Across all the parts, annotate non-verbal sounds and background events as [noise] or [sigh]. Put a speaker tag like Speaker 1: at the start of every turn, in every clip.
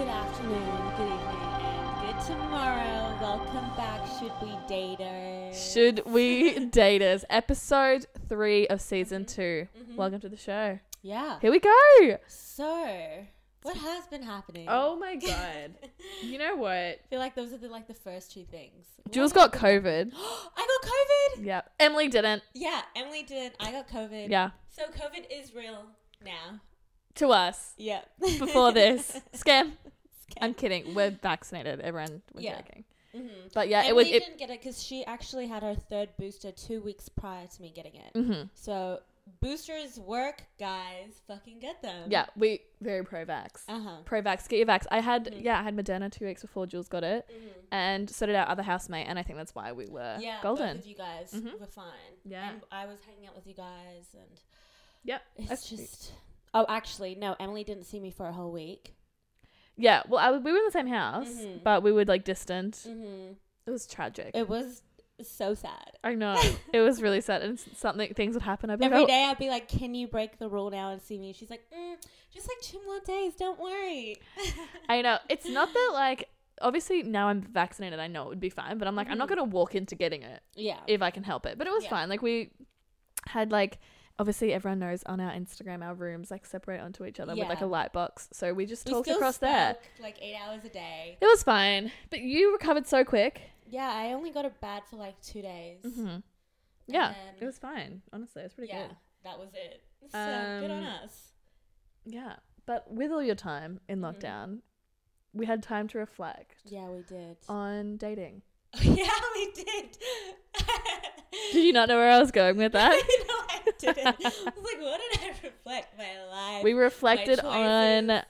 Speaker 1: afternoon, good evening, and good tomorrow. Welcome back, should we daters?
Speaker 2: Should [laughs] we date us? Episode three of season 2 Welcome to the show.
Speaker 1: Yeah.
Speaker 2: Here we go.
Speaker 1: So, what has been happening? [laughs]
Speaker 2: Oh my god. you know what?
Speaker 1: I feel like those are the, like the first two things.
Speaker 2: Jules
Speaker 1: What
Speaker 2: got COVID.
Speaker 1: hap- [gasps] I got COVID.
Speaker 2: Yeah. Emily didn't.
Speaker 1: Yeah, Emily did. I got COVID.
Speaker 2: Yeah.
Speaker 1: So COVID is real now.
Speaker 2: To us
Speaker 1: Yeah. [laughs]
Speaker 2: before this [laughs] scam. I'm
Speaker 1: And
Speaker 2: kidding. We're vaccinated. Everyone. We're
Speaker 1: Yeah.
Speaker 2: joking.
Speaker 1: hmm
Speaker 2: But yeah,
Speaker 1: Emily
Speaker 2: it was. It,
Speaker 1: didn't get it because she actually had her third booster two weeks prior to me getting it.
Speaker 2: Mhm.
Speaker 1: So boosters work, guys. Fucking get them.
Speaker 2: Yeah, we very pro-vax.
Speaker 1: Uh huh.
Speaker 2: Pro-vax, get your vax. I had
Speaker 1: Mhm.
Speaker 2: yeah, I had Moderna two weeks before Jules got it, and so did our other housemate, and I think that's why we were
Speaker 1: Mm-hmm. Yeah.
Speaker 2: Uh, golden.
Speaker 1: Both of you guys
Speaker 2: Mhm.
Speaker 1: were fine.
Speaker 2: Yeah.
Speaker 1: And I was hanging out with you guys, and
Speaker 2: Yep.
Speaker 1: it's
Speaker 2: That's cute.
Speaker 1: just. Oh, actually, no. Emily didn't see me for a whole week.
Speaker 2: Yeah, well, I was, we were in the same house,
Speaker 1: Mhm.
Speaker 2: but we were like distant.
Speaker 1: Mm-hmm.
Speaker 2: It was tragic.
Speaker 1: It was so sad. [laughs]
Speaker 2: I know Oh, it was really sad, and s- something things would happen. I'd be like,
Speaker 1: Every
Speaker 2: "Oh,
Speaker 1: day I'd be like, "Can you break the rule now and see me?" She's like, mm, "Just like two more days. Don't worry." [laughs]
Speaker 2: I know it's not that like obviously now I'm vaccinated. I know it would be fine, but I'm like I'm not
Speaker 1: Mhm.
Speaker 2: gonna walk into getting it
Speaker 1: yeah.
Speaker 2: if I can help it. But it was
Speaker 1: Yeah.
Speaker 2: fine. Like we had like obviously everyone knows on our Instagram our rooms like separate onto each other with like
Speaker 1: Yeah.
Speaker 2: a light box, so we just
Speaker 1: We
Speaker 2: talked
Speaker 1: still
Speaker 2: across there.
Speaker 1: spoke, Like eight hours a day.
Speaker 2: It was fine, but you recovered so quick.
Speaker 1: Yeah, I only got a bad for like two days.
Speaker 2: hmm Yeah,
Speaker 1: then-
Speaker 2: it was fine. Honestly, it was pretty
Speaker 1: Mm-hmm. yeah,
Speaker 2: good.
Speaker 1: that was it. So good on
Speaker 2: Um,
Speaker 1: us.
Speaker 2: Yeah, but with all your time in
Speaker 1: Mhm.
Speaker 2: lockdown, we had time to reflect
Speaker 1: Yeah, we did.
Speaker 2: on dating.
Speaker 1: [laughs] yeah, we did.
Speaker 2: [laughs]
Speaker 1: [laughs]
Speaker 2: Did you not know where I was going with [laughs] that?
Speaker 1: no, I didn't. I was like, what did I reflect my life?
Speaker 2: we reflected on
Speaker 1: choices.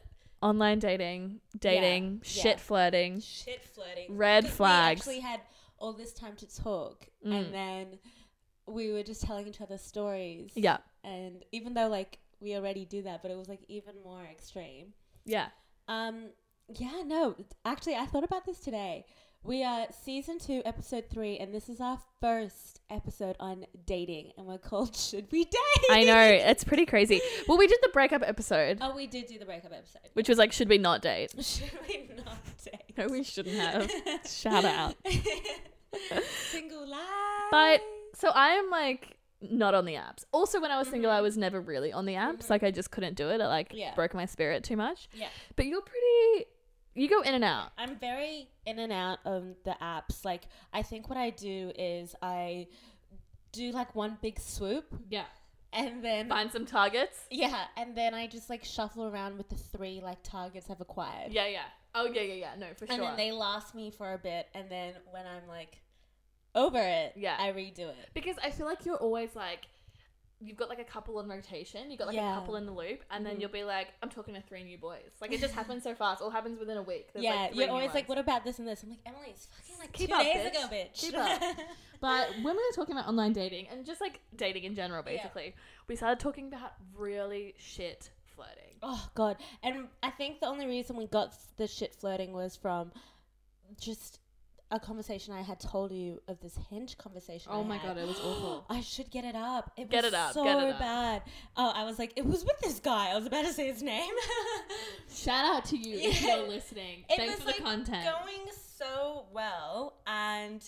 Speaker 2: online dating, dating, shit
Speaker 1: yeah.
Speaker 2: flirting.
Speaker 1: shit flirting.
Speaker 2: Red
Speaker 1: 'Cause
Speaker 2: flags.
Speaker 1: We actually had all this time to talk,
Speaker 2: Mm.
Speaker 1: and then we were just telling each other stories.
Speaker 2: Yeah,
Speaker 1: and even though like we already do that, but it was like even more extreme.
Speaker 2: [laughs] yeah.
Speaker 1: Um, yeah, no, actually, I thought about this today. We are season two, episode three, and this is our first episode on dating, and we're called [laughs] "Should We Date?"
Speaker 2: I know it's pretty crazy. Well, we did the breakup episode,
Speaker 1: [laughs] Oh, we did do the breakup episode. [laughs]
Speaker 2: which was like, should we not date?
Speaker 1: should we not date?
Speaker 2: No, we shouldn't
Speaker 1: [laughs]
Speaker 2: have. [laughs] Shout out.
Speaker 1: Single life.
Speaker 2: But so I am like not on the apps. Also, when I was single, I was never really on the apps. Like I just couldn't do it. It like
Speaker 1: Yeah.
Speaker 2: broke my spirit too much.
Speaker 1: yeah,
Speaker 2: But you're pretty. You go in and out.
Speaker 1: I'm very in and out of the apps. Like, I think what I do is I do like one big swoop,
Speaker 2: Yeah.
Speaker 1: and then
Speaker 2: Find some targets.
Speaker 1: Yeah, and then I just like shuffle around with the three like targets I've acquired.
Speaker 2: Yeah, yeah. Oh, yeah, yeah, yeah. No, for
Speaker 1: and
Speaker 2: sure.
Speaker 1: then they last me for a bit, and then when I'm like over it,
Speaker 2: Yeah.
Speaker 1: I redo it.
Speaker 2: because I feel like you're always like, you've got like a couple on rotation, you've got like
Speaker 1: Yeah.
Speaker 2: a couple in the loop, and then
Speaker 1: Mhm.
Speaker 2: you'll be like, I'm talking to three new boys. Like it just happens so fast. All happens within a week. There's,
Speaker 1: yeah,
Speaker 2: like, three
Speaker 1: you're
Speaker 2: new
Speaker 1: always like,
Speaker 2: ones.
Speaker 1: what about this and this? I'm like, Emily, it's fucking like
Speaker 2: Keep
Speaker 1: two
Speaker 2: up,
Speaker 1: days
Speaker 2: bitch.
Speaker 1: ago, bitch.
Speaker 2: Keep up. But when we were talking about online dating and just like dating in general,
Speaker 1: Yeah.
Speaker 2: basically, we started talking about really shit flirting.
Speaker 1: [laughs] oh god, and I think the only reason we got the shit flirting was from just a conversation I had told you of this hinge conversation. I had.
Speaker 2: Oh it was awful.
Speaker 1: [gasps] I should get it up. It
Speaker 2: Get
Speaker 1: was
Speaker 2: it up,
Speaker 1: so
Speaker 2: get it up.
Speaker 1: bad. Oh, I was like, it was with this guy. I was about to say his name.
Speaker 2: [gasps]
Speaker 1: [laughs]
Speaker 2: Shout out to you if
Speaker 1: Yeah.
Speaker 2: you're listening.
Speaker 1: It
Speaker 2: Thanks
Speaker 1: was,
Speaker 2: for
Speaker 1: like,
Speaker 2: the content.
Speaker 1: Going so well, and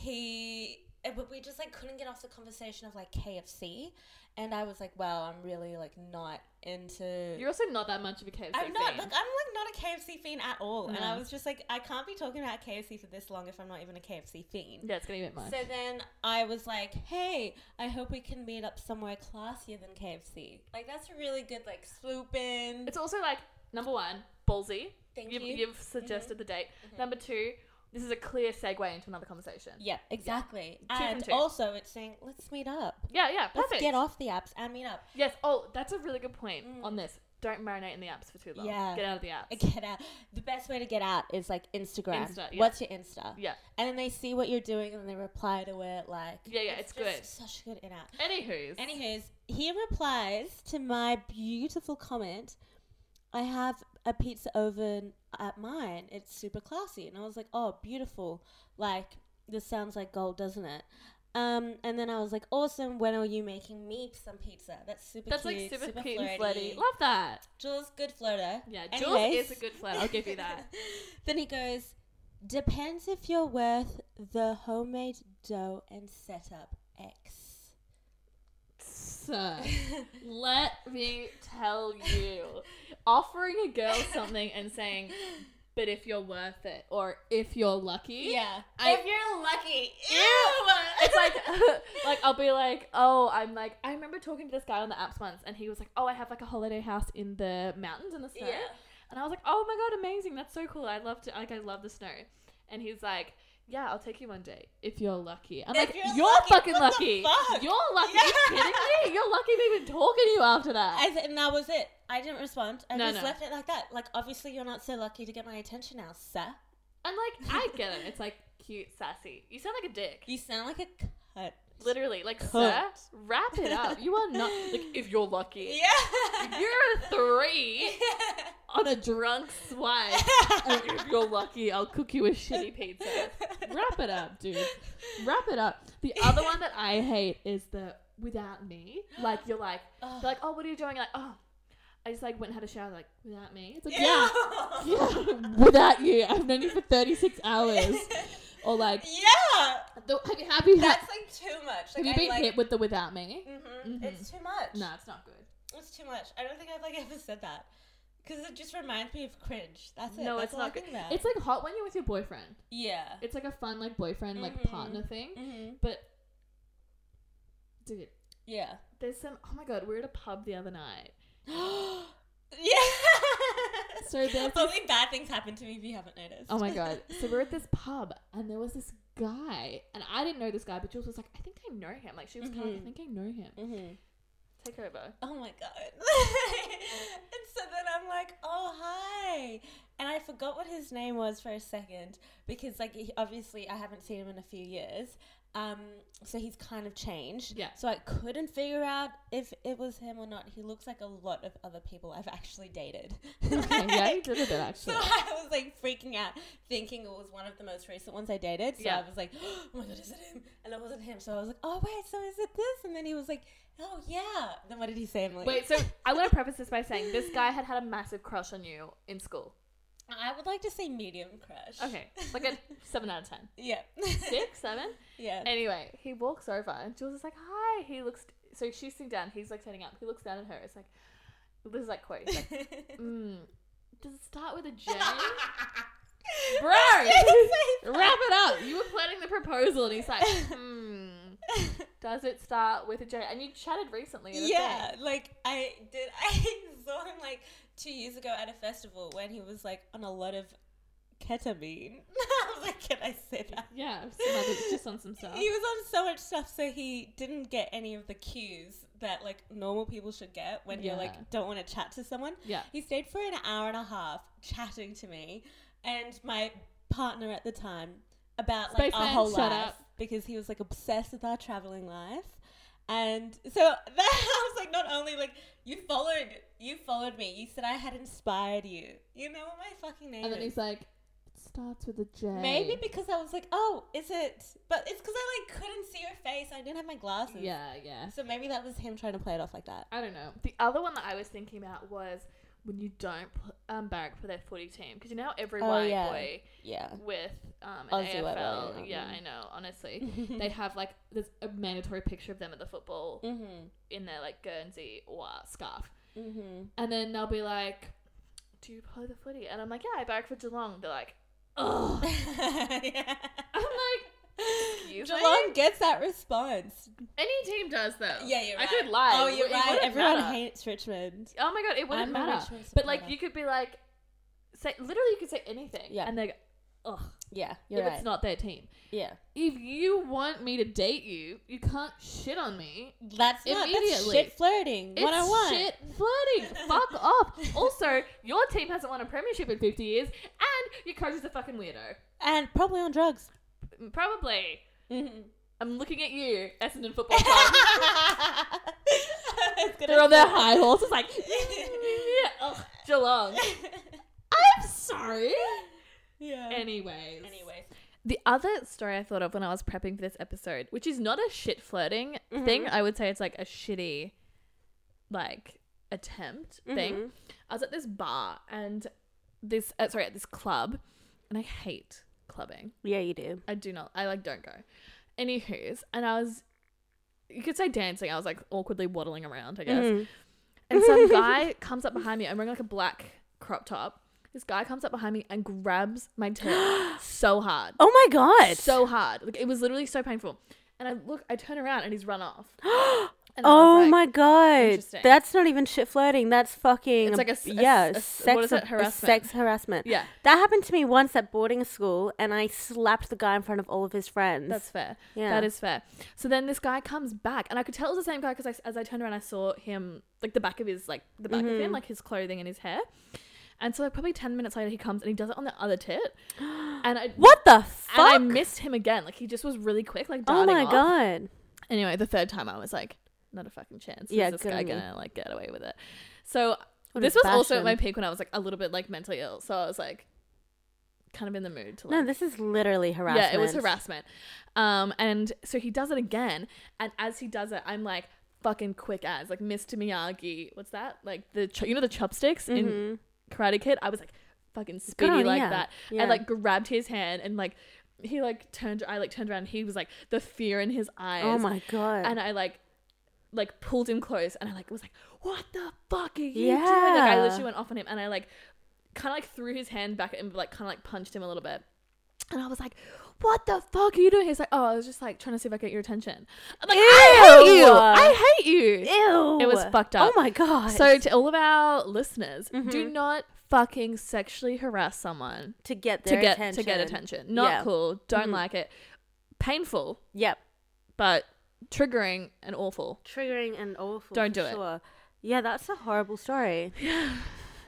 Speaker 1: he, eh, but we just like couldn't get off the conversation of like KFC, and I was like, well, I'm really like not into.
Speaker 2: You're also not that much of a KFC
Speaker 1: I'm not
Speaker 2: fan.
Speaker 1: like I'm like not a KFC fiend at all, and I
Speaker 2: No.
Speaker 1: was just like I can't be talking about KFC for this long if I'm not even a KFC fiend.
Speaker 2: yeah, it's gonna be a bit much.
Speaker 1: So then I was like, "Hey, I hope we can meet up somewhere classier than KFC. Like that's a really good like swoop in.
Speaker 2: It's also like number one, ballsy.
Speaker 1: Thank
Speaker 2: you've,
Speaker 1: you. Mm-hmm.
Speaker 2: have suggested the date. Number two, this is a clear segue into another conversation.
Speaker 1: yeah, exactly.
Speaker 2: from
Speaker 1: And
Speaker 2: two.
Speaker 1: also, it's saying let's meet up.
Speaker 2: Yeah, yeah,
Speaker 1: Let's
Speaker 2: perfect.
Speaker 1: get off the apps and meet up.
Speaker 2: Yes. Oh, that's a really good point
Speaker 1: Mm.
Speaker 2: on this. Don't marinate in the apps for too long.
Speaker 1: Yeah.
Speaker 2: Get out of the apps.
Speaker 1: Get out. The best way to get out is like Instagram.
Speaker 2: Insta, yeah.
Speaker 1: What's your Insta?
Speaker 2: Yeah.
Speaker 1: And then they see what you're doing and they reply to it. Like
Speaker 2: Yeah, yeah, it's
Speaker 1: just
Speaker 2: good.
Speaker 1: Such a good in app.
Speaker 2: Anywho's.
Speaker 1: Anywho's, he replies to my beautiful comment. I have a pizza oven at mine. It's super classy, and I was like, "Oh, beautiful! Like this sounds like gold, doesn't it?" Um, and then I was like, awesome, when are you making me some pizza? That's super
Speaker 2: That's
Speaker 1: cute.
Speaker 2: like super,
Speaker 1: super
Speaker 2: cute
Speaker 1: flirty.
Speaker 2: and flirty. Love that.
Speaker 1: Jules, good flirter.
Speaker 2: Yeah, Jules is
Speaker 1: Anyways.
Speaker 2: a good flirt. I'll give you
Speaker 1: [laughs]
Speaker 2: that.
Speaker 1: then he goes, depends if you're worth the homemade dough and setup
Speaker 2: [laughs]
Speaker 1: X.
Speaker 2: So, let me tell you, offering a girl something and saying, "But if you're worth it," or "If you're lucky,"
Speaker 1: yeah.
Speaker 2: I-
Speaker 1: if you're lucky.
Speaker 2: Ew.
Speaker 1: Ew. [laughs]
Speaker 2: it's like [laughs] like I'll be like, oh, I'm like I remember talking to this guy on the apps once, and he was like, oh, I have like a holiday house in the mountains in the snow,
Speaker 1: Yeah.
Speaker 2: and I was like, oh my god, amazing, that's so cool. I love to like I love the snow, and he's like. Yeah, I'll take you one day if you're lucky. I'm
Speaker 1: If
Speaker 2: like,
Speaker 1: you're
Speaker 2: you're,
Speaker 1: lucky,
Speaker 2: fucking
Speaker 1: what
Speaker 2: lucky.
Speaker 1: the fuck?"
Speaker 2: You're lucky. Are you
Speaker 1: [laughs] Yeah.
Speaker 2: kidding me? You're lucky to even talking to you after that.
Speaker 1: I th- and that was it. I didn't respond. I
Speaker 2: No,
Speaker 1: just
Speaker 2: no.
Speaker 1: left it like that. Like, obviously, you're not so lucky to get my attention now, sir.
Speaker 2: and like, I get it. It's like cute, sassy. You sound like a dick.
Speaker 1: You sound like a cunt.
Speaker 2: Literally, like,
Speaker 1: Cunt.
Speaker 2: sir, wrap it up. You are not like if you're lucky.
Speaker 1: Yeah.
Speaker 2: You're
Speaker 1: [laughs]
Speaker 2: a three on a drunk swipe.
Speaker 1: Oh,
Speaker 2: And if you're lucky, I'll cook you a shitty pizza.
Speaker 1: [laughs]
Speaker 2: Wrap it up, dude. Wrap it up. The other one that I hate is the without me. Like you're like they're like, oh, what are you doing? Like, oh, I just like went and had a shower. Like without me, it's like yeah,
Speaker 1: [laughs]
Speaker 2: yeah, [laughs] without you, I've known you for 36 hours. Or like,
Speaker 1: Yeah.
Speaker 2: the, have you have you, ha-
Speaker 1: That's like too much. Like,
Speaker 2: have you
Speaker 1: I,
Speaker 2: been
Speaker 1: like,
Speaker 2: hit with the without me?
Speaker 1: hmm
Speaker 2: Mhm.
Speaker 1: It's too much.
Speaker 2: No, it's not good.
Speaker 1: It's too much. I don't think I've like [laughs] ever said that because it just reminds me of cringe. That's it.
Speaker 2: No,
Speaker 1: That's
Speaker 2: it's
Speaker 1: all I
Speaker 2: not good.
Speaker 1: think about.
Speaker 2: It's like hot when you're with your boyfriend.
Speaker 1: yeah.
Speaker 2: It's like a fun like boyfriend like
Speaker 1: Mhm.
Speaker 2: partner thing.
Speaker 1: hmm
Speaker 2: But dude, [gasps]
Speaker 1: Yeah. [laughs]
Speaker 2: there's some oh my god, we were at a pub the other night.
Speaker 1: yeah.
Speaker 2: So there's this,
Speaker 1: Only bad things happen to me if you haven't noticed.
Speaker 2: oh my god. So we're at this pub and there was this guy and I didn't know this guy, but Jules was like, I think I know him. Like she was kind of like,
Speaker 1: Mhm.
Speaker 2: I think I know him.
Speaker 1: [laughs] Mm-hmm.
Speaker 2: Take over.
Speaker 1: [laughs] Oh my god. [laughs] and so then I'm like, oh hi. And I forgot what his name was for a second because like he, obviously I haven't seen him in a few years. Um, so he's kind of changed.
Speaker 2: Yeah.
Speaker 1: So I couldn't figure out if it was him or not. He looks like a lot of other people I've actually dated.
Speaker 2: Okay, yeah,
Speaker 1: [laughs]
Speaker 2: you
Speaker 1: Like,
Speaker 2: did a bit
Speaker 1: [laughs] so
Speaker 2: actually.
Speaker 1: I was like freaking out, thinking it was one of the most recent ones I dated. So
Speaker 2: Yeah.
Speaker 1: I was like, [gasps] oh my god, is it him? And it wasn't him. So I was like, oh wait, so is it this? And then he was like, oh yeah. Then what did he say, Emily?
Speaker 2: Wait, so I want to preface this by saying this guy had had a massive crush on you in school.
Speaker 1: [laughs] I would like to say medium crush.
Speaker 2: Okay, like [laughs] a seven out of ten,
Speaker 1: Yeah.
Speaker 2: six, seven.
Speaker 1: [laughs]
Speaker 2: [laughs]
Speaker 1: yeah.
Speaker 2: Anyway, he walks over and Jules is like, Hi. He looks, so she's sitting down. He's like standing up. He looks down at her. It's like, This is like, quote, [laughs] he's like, mm, Does it start with a J?
Speaker 1: [laughs]
Speaker 2: Bro! Wrap it up. You were planning the proposal and he's like, Hmm, does it start with a J? And you chatted recently. in a
Speaker 1: yeah,
Speaker 2: thing.
Speaker 1: like I did. [laughs] I saw him like two years ago at a festival when he was like on a lot of ketamine. [laughs] I was like, can I say that?
Speaker 2: Yeah, some other, just on some stuff.
Speaker 1: He was on so much stuff, so he didn't get any of the cues that like normal people should get when you're
Speaker 2: Yeah.
Speaker 1: like don't want to chat to someone.
Speaker 2: Yeah.
Speaker 1: He stayed for an hour and a half chatting to me and my partner at the time about like
Speaker 2: Space
Speaker 1: our
Speaker 2: man,
Speaker 1: whole
Speaker 2: shut
Speaker 1: life
Speaker 2: up.
Speaker 1: because he was like obsessed with our traveling life. And so [laughs] that I was like, not only like you followed, you followed me. You said I had inspired you. You know what my fucking name
Speaker 2: And then
Speaker 1: is.
Speaker 2: he's like, It starts with a J.
Speaker 1: Maybe because I was like, oh, is it? But it's because I like couldn't see your face. I didn't have my glasses.
Speaker 2: Yeah, yeah.
Speaker 1: So maybe that was him trying to play it off like that.
Speaker 2: I don't know. The other one that I was thinking about was when you don't pl- um, barrack for their footy team because you know how every
Speaker 1: Oh,
Speaker 2: white
Speaker 1: yeah.
Speaker 2: boy
Speaker 1: Yeah.
Speaker 2: with um, an
Speaker 1: Aussie
Speaker 2: AFL.
Speaker 1: white boy, yeah.
Speaker 2: yeah,
Speaker 1: Mm.
Speaker 2: I know.
Speaker 1: [laughs]
Speaker 2: Honestly, they have like there's a mandatory picture of them at the football
Speaker 1: mm-hmm.
Speaker 2: in their like Guernsey or uh, scarf,
Speaker 1: Mm-hmm.
Speaker 2: and then they'll be like, "Do you play the footy?" And I'm like, "Yeah, I barrack for Geelong." They're like,
Speaker 1: [laughs]
Speaker 2: "Ugh." [laughs]
Speaker 1: yeah.
Speaker 2: I'm like, "Excuse
Speaker 1: Geelong
Speaker 2: me."
Speaker 1: gets that response.
Speaker 2: Any team does though.
Speaker 1: Yeah, you're
Speaker 2: I
Speaker 1: right.
Speaker 2: could lie.
Speaker 1: Oh, you're
Speaker 2: It
Speaker 1: right.
Speaker 2: wouldn't
Speaker 1: Everyone
Speaker 2: matter.
Speaker 1: hates Richmond.
Speaker 2: Oh my god, it wouldn't
Speaker 1: I'm a
Speaker 2: matter.
Speaker 1: Richmond
Speaker 2: But like
Speaker 1: supporter.
Speaker 2: you could be like, say literally you could say anything,
Speaker 1: Yeah.
Speaker 2: and they go, ugh,
Speaker 1: Yeah, you're
Speaker 2: if
Speaker 1: right.
Speaker 2: it's not their team.
Speaker 1: yeah,
Speaker 2: If you want me to date you, you can't shit on me.
Speaker 1: that's not that's
Speaker 2: Immediately.
Speaker 1: shit flirting.
Speaker 2: It's
Speaker 1: One on one.
Speaker 2: shit flirting.
Speaker 1: [laughs]
Speaker 2: Fuck off. Also, your team hasn't won a premiership in fifty years, and your coach is a fucking weirdo.
Speaker 1: and probably on drugs.
Speaker 2: Probably. Mm-hmm.
Speaker 1: [laughs] Mhm.
Speaker 2: I'm looking at you, [laughs] Essendon Football Club.
Speaker 1: It's gonna
Speaker 2: They're on their
Speaker 1: be-
Speaker 2: high horses, like, [laughs] ugh, Geelong. I'm sorry.
Speaker 1: [laughs] yeah.
Speaker 2: [laughs] Anyways.
Speaker 1: Anyways,
Speaker 2: The other story I thought of when I was prepping for this episode, which is not a shit flirting thing, I would say it's like a shitty, like attempt thing. I was at this bar and this uh, sorry at this club, and I hate clubbing.
Speaker 1: Yeah, you do.
Speaker 2: I do not. I like don't go. Anywho's, and I was, you could say dancing. I was like awkwardly waddling around, I
Speaker 1: Mm.
Speaker 2: guess.
Speaker 1: Mm-hmm.
Speaker 2: And
Speaker 1: [laughs]
Speaker 2: some guy comes up behind me. I'm wearing like a black crop top. This guy comes up behind me and grabs
Speaker 1: [gasps]
Speaker 2: my tail so hard,
Speaker 1: Oh my god.
Speaker 2: so hard. Like it was literally so painful. And I look, I turn around and he's
Speaker 1: [gasps]
Speaker 2: run off. And I was
Speaker 1: Oh
Speaker 2: like-
Speaker 1: my god.
Speaker 2: interesting.
Speaker 1: That's not even shit flirting. That's fucking
Speaker 2: It's like a s- a
Speaker 1: yeah,
Speaker 2: s- a s-
Speaker 1: sex
Speaker 2: what is it?
Speaker 1: a
Speaker 2: Harassment.
Speaker 1: sex harassment.
Speaker 2: Yeah,
Speaker 1: That happened to me once at boarding school and I slapped the guy in front of all of his friends.
Speaker 2: that's fair.
Speaker 1: yeah.
Speaker 2: That is fair. So then this guy comes back, and I could tell it was the same guy because I, as I turned around, I saw him like the back of his like the back
Speaker 1: Mm-hmm.
Speaker 2: of him, like his clothing and his hair. And so like probably ten minutes later, he comes and he does it on the
Speaker 1: [gasps]
Speaker 2: other tit, and I
Speaker 1: What the
Speaker 2: and I
Speaker 1: fuck?
Speaker 2: missed him again. Like he just was really quick, like
Speaker 1: oh
Speaker 2: darting
Speaker 1: my
Speaker 2: off.
Speaker 1: god.
Speaker 2: Anyway, the third time I was like, not a fucking chance.
Speaker 1: Yeah,
Speaker 2: is this
Speaker 1: good
Speaker 2: guy
Speaker 1: on you.
Speaker 2: gonna like get away with it? So
Speaker 1: What a
Speaker 2: this was also at
Speaker 1: bashment.
Speaker 2: my peak when I was like a little bit like mentally ill. So I was like, kind of in the mood to like
Speaker 1: No, this is literally harassment.
Speaker 2: yeah, it was harassment. Um, and so he does it again, and as he does it, I'm like fucking quick as like Mr. Miyagi. What's that? Like the cho- you know the chopsticks
Speaker 1: Mhm.
Speaker 2: in Karate Kid. I was like fucking
Speaker 1: Good
Speaker 2: speedy
Speaker 1: on
Speaker 2: like
Speaker 1: ya.
Speaker 2: that.
Speaker 1: Yeah.
Speaker 2: I like grabbed his hand and like he like turned. I like turned around. And he was like the fear in his eyes.
Speaker 1: Oh my god.
Speaker 2: And I like like pulled him close, and I like was like, what the fuck are you doing? Like I
Speaker 1: Yeah.
Speaker 2: literally went off on him, and I like kind of like threw his hand back and like kind of like punched him a little bit. And I was like, "What the fuck are you doing?" He's like, "Oh, I was just like trying to see if I coget your attention." I'm like, "I hate you!
Speaker 1: Ew.
Speaker 2: I hate you!"
Speaker 1: Ew.
Speaker 2: It was fucked up.
Speaker 1: Oh my god.
Speaker 2: So to all of our listeners, do
Speaker 1: Mm-hmm.
Speaker 2: not fucking sexually harass someone
Speaker 1: to get
Speaker 2: to
Speaker 1: their
Speaker 2: get
Speaker 1: attention.
Speaker 2: to get attention. Not
Speaker 1: Yeah. Mm-hmm.
Speaker 2: cool. Don't like it. Painful,
Speaker 1: Yep.
Speaker 2: but triggering and awful.
Speaker 1: Triggering and awful.
Speaker 2: Don't
Speaker 1: for
Speaker 2: do it.
Speaker 1: Sure. Yeah, that's a horrible story.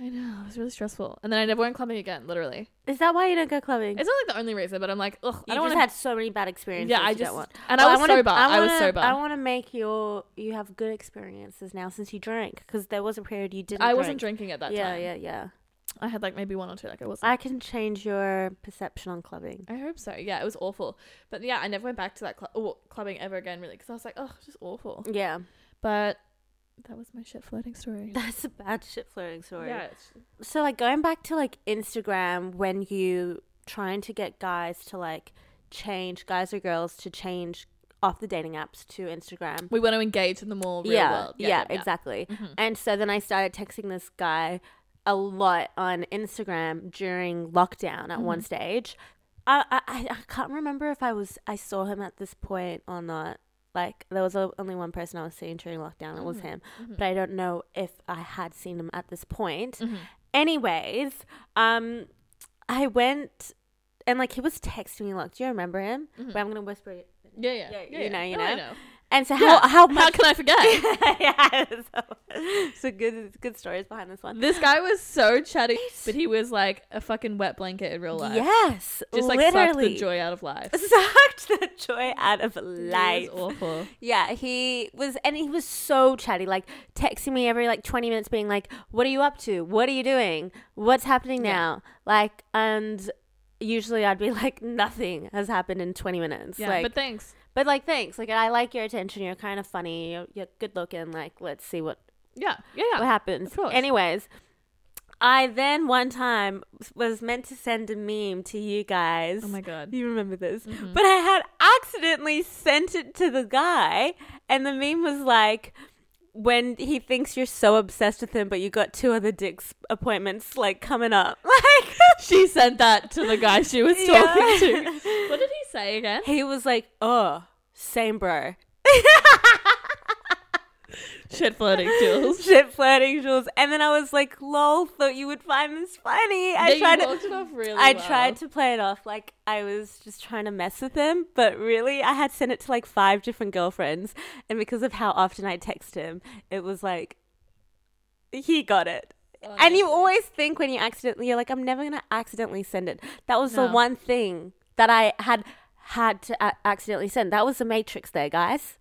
Speaker 2: I know it was really stressful, and then I never went clubbing again. Literally,
Speaker 1: Is that why you don't go clubbing?
Speaker 2: it's not like the only reason, but I'm like, ugh,
Speaker 1: you
Speaker 2: I don't
Speaker 1: just
Speaker 2: want to.
Speaker 1: had so many bad experiences.
Speaker 2: Yeah, I
Speaker 1: you don't
Speaker 2: just
Speaker 1: want.
Speaker 2: and I
Speaker 1: Well,
Speaker 2: was
Speaker 1: wanna-
Speaker 2: sober. I, was
Speaker 1: wanna-
Speaker 2: sober.
Speaker 1: I want to make your you have good experiences now since you drank because there was a period you didn't.
Speaker 2: I wasn't
Speaker 1: drink.
Speaker 2: drinking at that
Speaker 1: yeah,
Speaker 2: time.
Speaker 1: yeah, yeah.
Speaker 2: I had like maybe one or two. Like I wasn't.
Speaker 1: I can change your perception on clubbing.
Speaker 2: I hope so. Yeah, it was awful. But yeah, I never went back to that cl- oh, clubbing ever again, really, because I was like, oh, it's just awful.
Speaker 1: Yeah,
Speaker 2: But that was my shit flirting story.
Speaker 1: [laughs] that's a bad shit flirting story.
Speaker 2: Yeah, it's-
Speaker 1: So like going back to like Instagram when you trying to get guys to like change guys or girls to change off the dating apps to Instagram.
Speaker 2: we want to engage in the more real
Speaker 1: yeah,
Speaker 2: world.
Speaker 1: yeah, exactly.
Speaker 2: Mhm.
Speaker 1: And so then I started texting this guy a lot on Instagram during lockdown at one stage. I, I- I I can't remember if I was I saw him at this point or not. Like there was o- only one person I was seeing during lockdown. It was him,
Speaker 2: Mm-hmm.
Speaker 1: but I don't know if I had seen him at this point. Anyways, um, I went and like he was texting me like, "Do you remember him?"
Speaker 2: Mm.
Speaker 1: But I'm gonna whisper it.
Speaker 2: Mm-hmm. Yeah, yeah,
Speaker 1: Yeah,
Speaker 2: yeah,
Speaker 1: you
Speaker 2: yeah.
Speaker 1: know, you
Speaker 2: No, I
Speaker 1: know.
Speaker 2: know.
Speaker 1: And so
Speaker 2: Yeah.
Speaker 1: how how
Speaker 2: [laughs] How
Speaker 1: much
Speaker 2: can I forget?
Speaker 1: [laughs] yeah, so, so good, good stories behind this one.
Speaker 2: this guy was so chatty, but he was like a fucking wet blanket in real life.
Speaker 1: Yes,
Speaker 2: just like sucked
Speaker 1: literally [laughs]
Speaker 2: the joy out of life.
Speaker 1: Sucked the joy out of life.
Speaker 2: It was awful.
Speaker 1: Yeah, he was, and he was so chatty, like texting me every like twenty minutes, being like, "What are you up to? What are you doing? What's happening
Speaker 2: Yeah.
Speaker 1: now?" Like, and usually I'd be [laughs] like, "Nothing has happened in twenty minutes."
Speaker 2: Yeah,
Speaker 1: like,
Speaker 2: but thanks.
Speaker 1: but like, thanks. Like, I like your attention. You're kind of funny. You're, you're good looking. Like, let's see what
Speaker 2: Yeah, yeah,
Speaker 1: what
Speaker 2: yeah.
Speaker 1: happens.
Speaker 2: of course.
Speaker 1: Anyways, I then one time was meant to send a meme to you guys.
Speaker 2: Oh my god.
Speaker 1: You remember this.
Speaker 2: Mm-hmm.
Speaker 1: But I had accidentally sent it to the guy, and the meme was like, when he thinks you're so obsessed with him, but you got two other dicks appointments like coming up. [laughs] Like,
Speaker 2: She sent that to the guy she was
Speaker 1: Yeah.
Speaker 2: talking to.
Speaker 1: [laughs]
Speaker 2: What did he say again?
Speaker 1: he was like, oh, same bro.
Speaker 2: Shit flirting
Speaker 1: [laughs]
Speaker 2: Jules.
Speaker 1: Shit flirting, Jules. And then I was like, lol, thought you would find this funny. I
Speaker 2: Yeah, you
Speaker 1: tried to.
Speaker 2: walked it off really
Speaker 1: I
Speaker 2: well.
Speaker 1: tried to play it off like I was just trying to mess with him, but really I had sent it to like five different girlfriends, and because of how often I text him, it was like he got it.
Speaker 2: Oh,
Speaker 1: And you always think when you accidentally, you're like, I'm never gonna accidentally send it. That was the
Speaker 2: No.
Speaker 1: one thing that I had had to a- accidentally send. That was the Matrix, there, guys.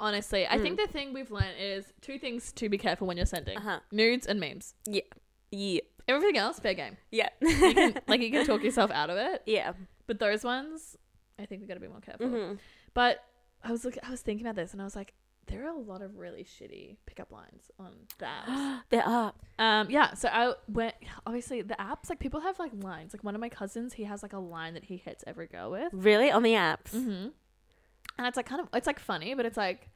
Speaker 2: Honestly, I think the thing we've learned is two things to be careful when you're sending
Speaker 1: Mm. Uh-huh.
Speaker 2: nudes and memes.
Speaker 1: Yeah, yeah.
Speaker 2: Everything else, fair game.
Speaker 1: Yeah.
Speaker 2: You can, like
Speaker 1: [laughs]
Speaker 2: you can talk yourself out of it,
Speaker 1: yeah.
Speaker 2: but those ones, I think we got to be more careful.
Speaker 1: Mhm.
Speaker 2: But I was look, I was thinking about this, and I was like, there are a lot of really shitty pickup lines on the
Speaker 1: [gasps]
Speaker 2: apps.
Speaker 1: [gasps] There are.
Speaker 2: um, yeah. So I went. Obviously, the apps like people have like lines. Like one of my cousins, he has like a line that he hits every girl with.
Speaker 1: Really? On the apps?
Speaker 2: Mm-hmm. And it's like kind of it's like funny, but it's like,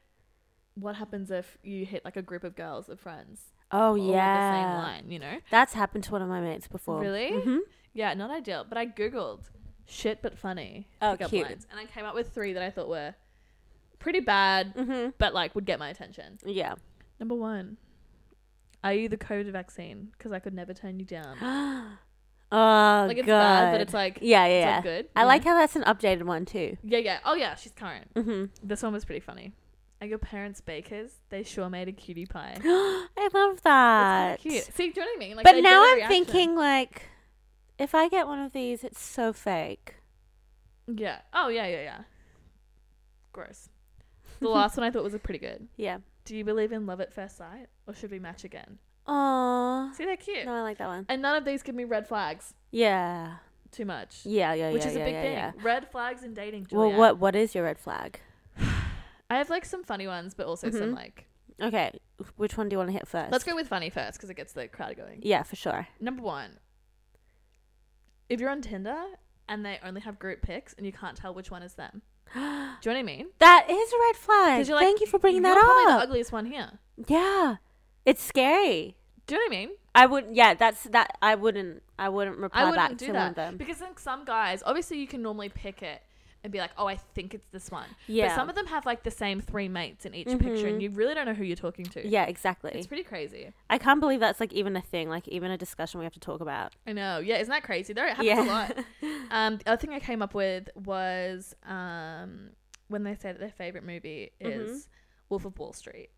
Speaker 2: what happens if you hit like a group of girls of friends?
Speaker 1: Oh,
Speaker 2: all with
Speaker 1: yeah.
Speaker 2: the same line, you know.
Speaker 1: That's happened to one of my mates before.
Speaker 2: Really?
Speaker 1: hmm
Speaker 2: Yeah, not ideal. But I googled shit but funny
Speaker 1: Oh,
Speaker 2: pickup
Speaker 1: cute.
Speaker 2: lines, and I came up with three that I thought were pretty bad,
Speaker 1: hmm
Speaker 2: but like would get my attention.
Speaker 1: Yeah.
Speaker 2: Number one, are you the COVID vaccine? Because I could never turn
Speaker 1: [gasps]
Speaker 2: you down.
Speaker 1: oh,
Speaker 2: like it's
Speaker 1: God.
Speaker 2: bad, but it's like
Speaker 1: Uh, yeah,
Speaker 2: it's
Speaker 1: yeah,
Speaker 2: like
Speaker 1: yeah.
Speaker 2: good.
Speaker 1: I
Speaker 2: you
Speaker 1: like
Speaker 2: know?
Speaker 1: how that's an updated one, too.
Speaker 2: Yeah, yeah. Oh yeah, she's current.
Speaker 1: Mm-hmm.
Speaker 2: This one was pretty funny. Are your parents bakers? They sure made a
Speaker 1: [gasps]
Speaker 2: cutie pie.
Speaker 1: I love
Speaker 2: That's
Speaker 1: that.
Speaker 2: kinda cute. See, do you know what I mean? Like,
Speaker 1: But
Speaker 2: they
Speaker 1: now
Speaker 2: get a
Speaker 1: I'm
Speaker 2: reaction.
Speaker 1: thinking, like, if I get one of these, it's so fake.
Speaker 2: Yeah. Oh yeah, yeah, yeah. Gross. The last one I thought was a pretty good.
Speaker 1: Yeah.
Speaker 2: Do you believe in love at first sight, or should we match again?
Speaker 1: Oh.
Speaker 2: See, they're cute.
Speaker 1: No, I like that one.
Speaker 2: And none of these give me red flags
Speaker 1: Yeah.
Speaker 2: too much,
Speaker 1: Yeah, yeah, yeah.
Speaker 2: which is
Speaker 1: yeah,
Speaker 2: a big
Speaker 1: yeah,
Speaker 2: thing.
Speaker 1: yeah.
Speaker 2: Red flags in dating.
Speaker 1: Well,
Speaker 2: Juliet.
Speaker 1: what what is your red flag?
Speaker 2: I have like some funny ones, but also some
Speaker 1: Mhm.
Speaker 2: like.
Speaker 1: Okay, which one do you want to hit first?
Speaker 2: Let's go with funny first because it gets the crowd going.
Speaker 1: Yeah, for sure.
Speaker 2: Number one, if you're on Tinder and they only have group pics and you can't tell which one is
Speaker 1: [gasps]
Speaker 2: them,
Speaker 1: that
Speaker 2: do you know what I mean?
Speaker 1: is a red flag.
Speaker 2: Because you're like,
Speaker 1: Thank you for bringing
Speaker 2: you're probably
Speaker 1: that
Speaker 2: the
Speaker 1: up.
Speaker 2: ugliest one here.
Speaker 1: yeah, it's scary.
Speaker 2: Do you know what I mean?
Speaker 1: I wouldn't. Yeah, that's that. I wouldn't. I wouldn't reply
Speaker 2: I wouldn't
Speaker 1: back
Speaker 2: do
Speaker 1: to one
Speaker 2: that
Speaker 1: of them.
Speaker 2: because like some guys, obviously, you can normally pick it and be like, "Oh, I think it's this one."
Speaker 1: Yeah.
Speaker 2: But some of them have like the same three mates in each picture, and
Speaker 1: Mhm.
Speaker 2: you really don't know who you're talking to.
Speaker 1: Yeah, exactly.
Speaker 2: It's pretty crazy.
Speaker 1: I can't believe that's like even a thing. Like even a discussion we have to talk about.
Speaker 2: I know. Yeah, isn't that crazy? There it happens
Speaker 1: yeah. [laughs]
Speaker 2: a lot. Um, the other thing I came up with was um when they say that their favorite movie
Speaker 1: Mm-hmm.
Speaker 2: is Wolf of Wall Street.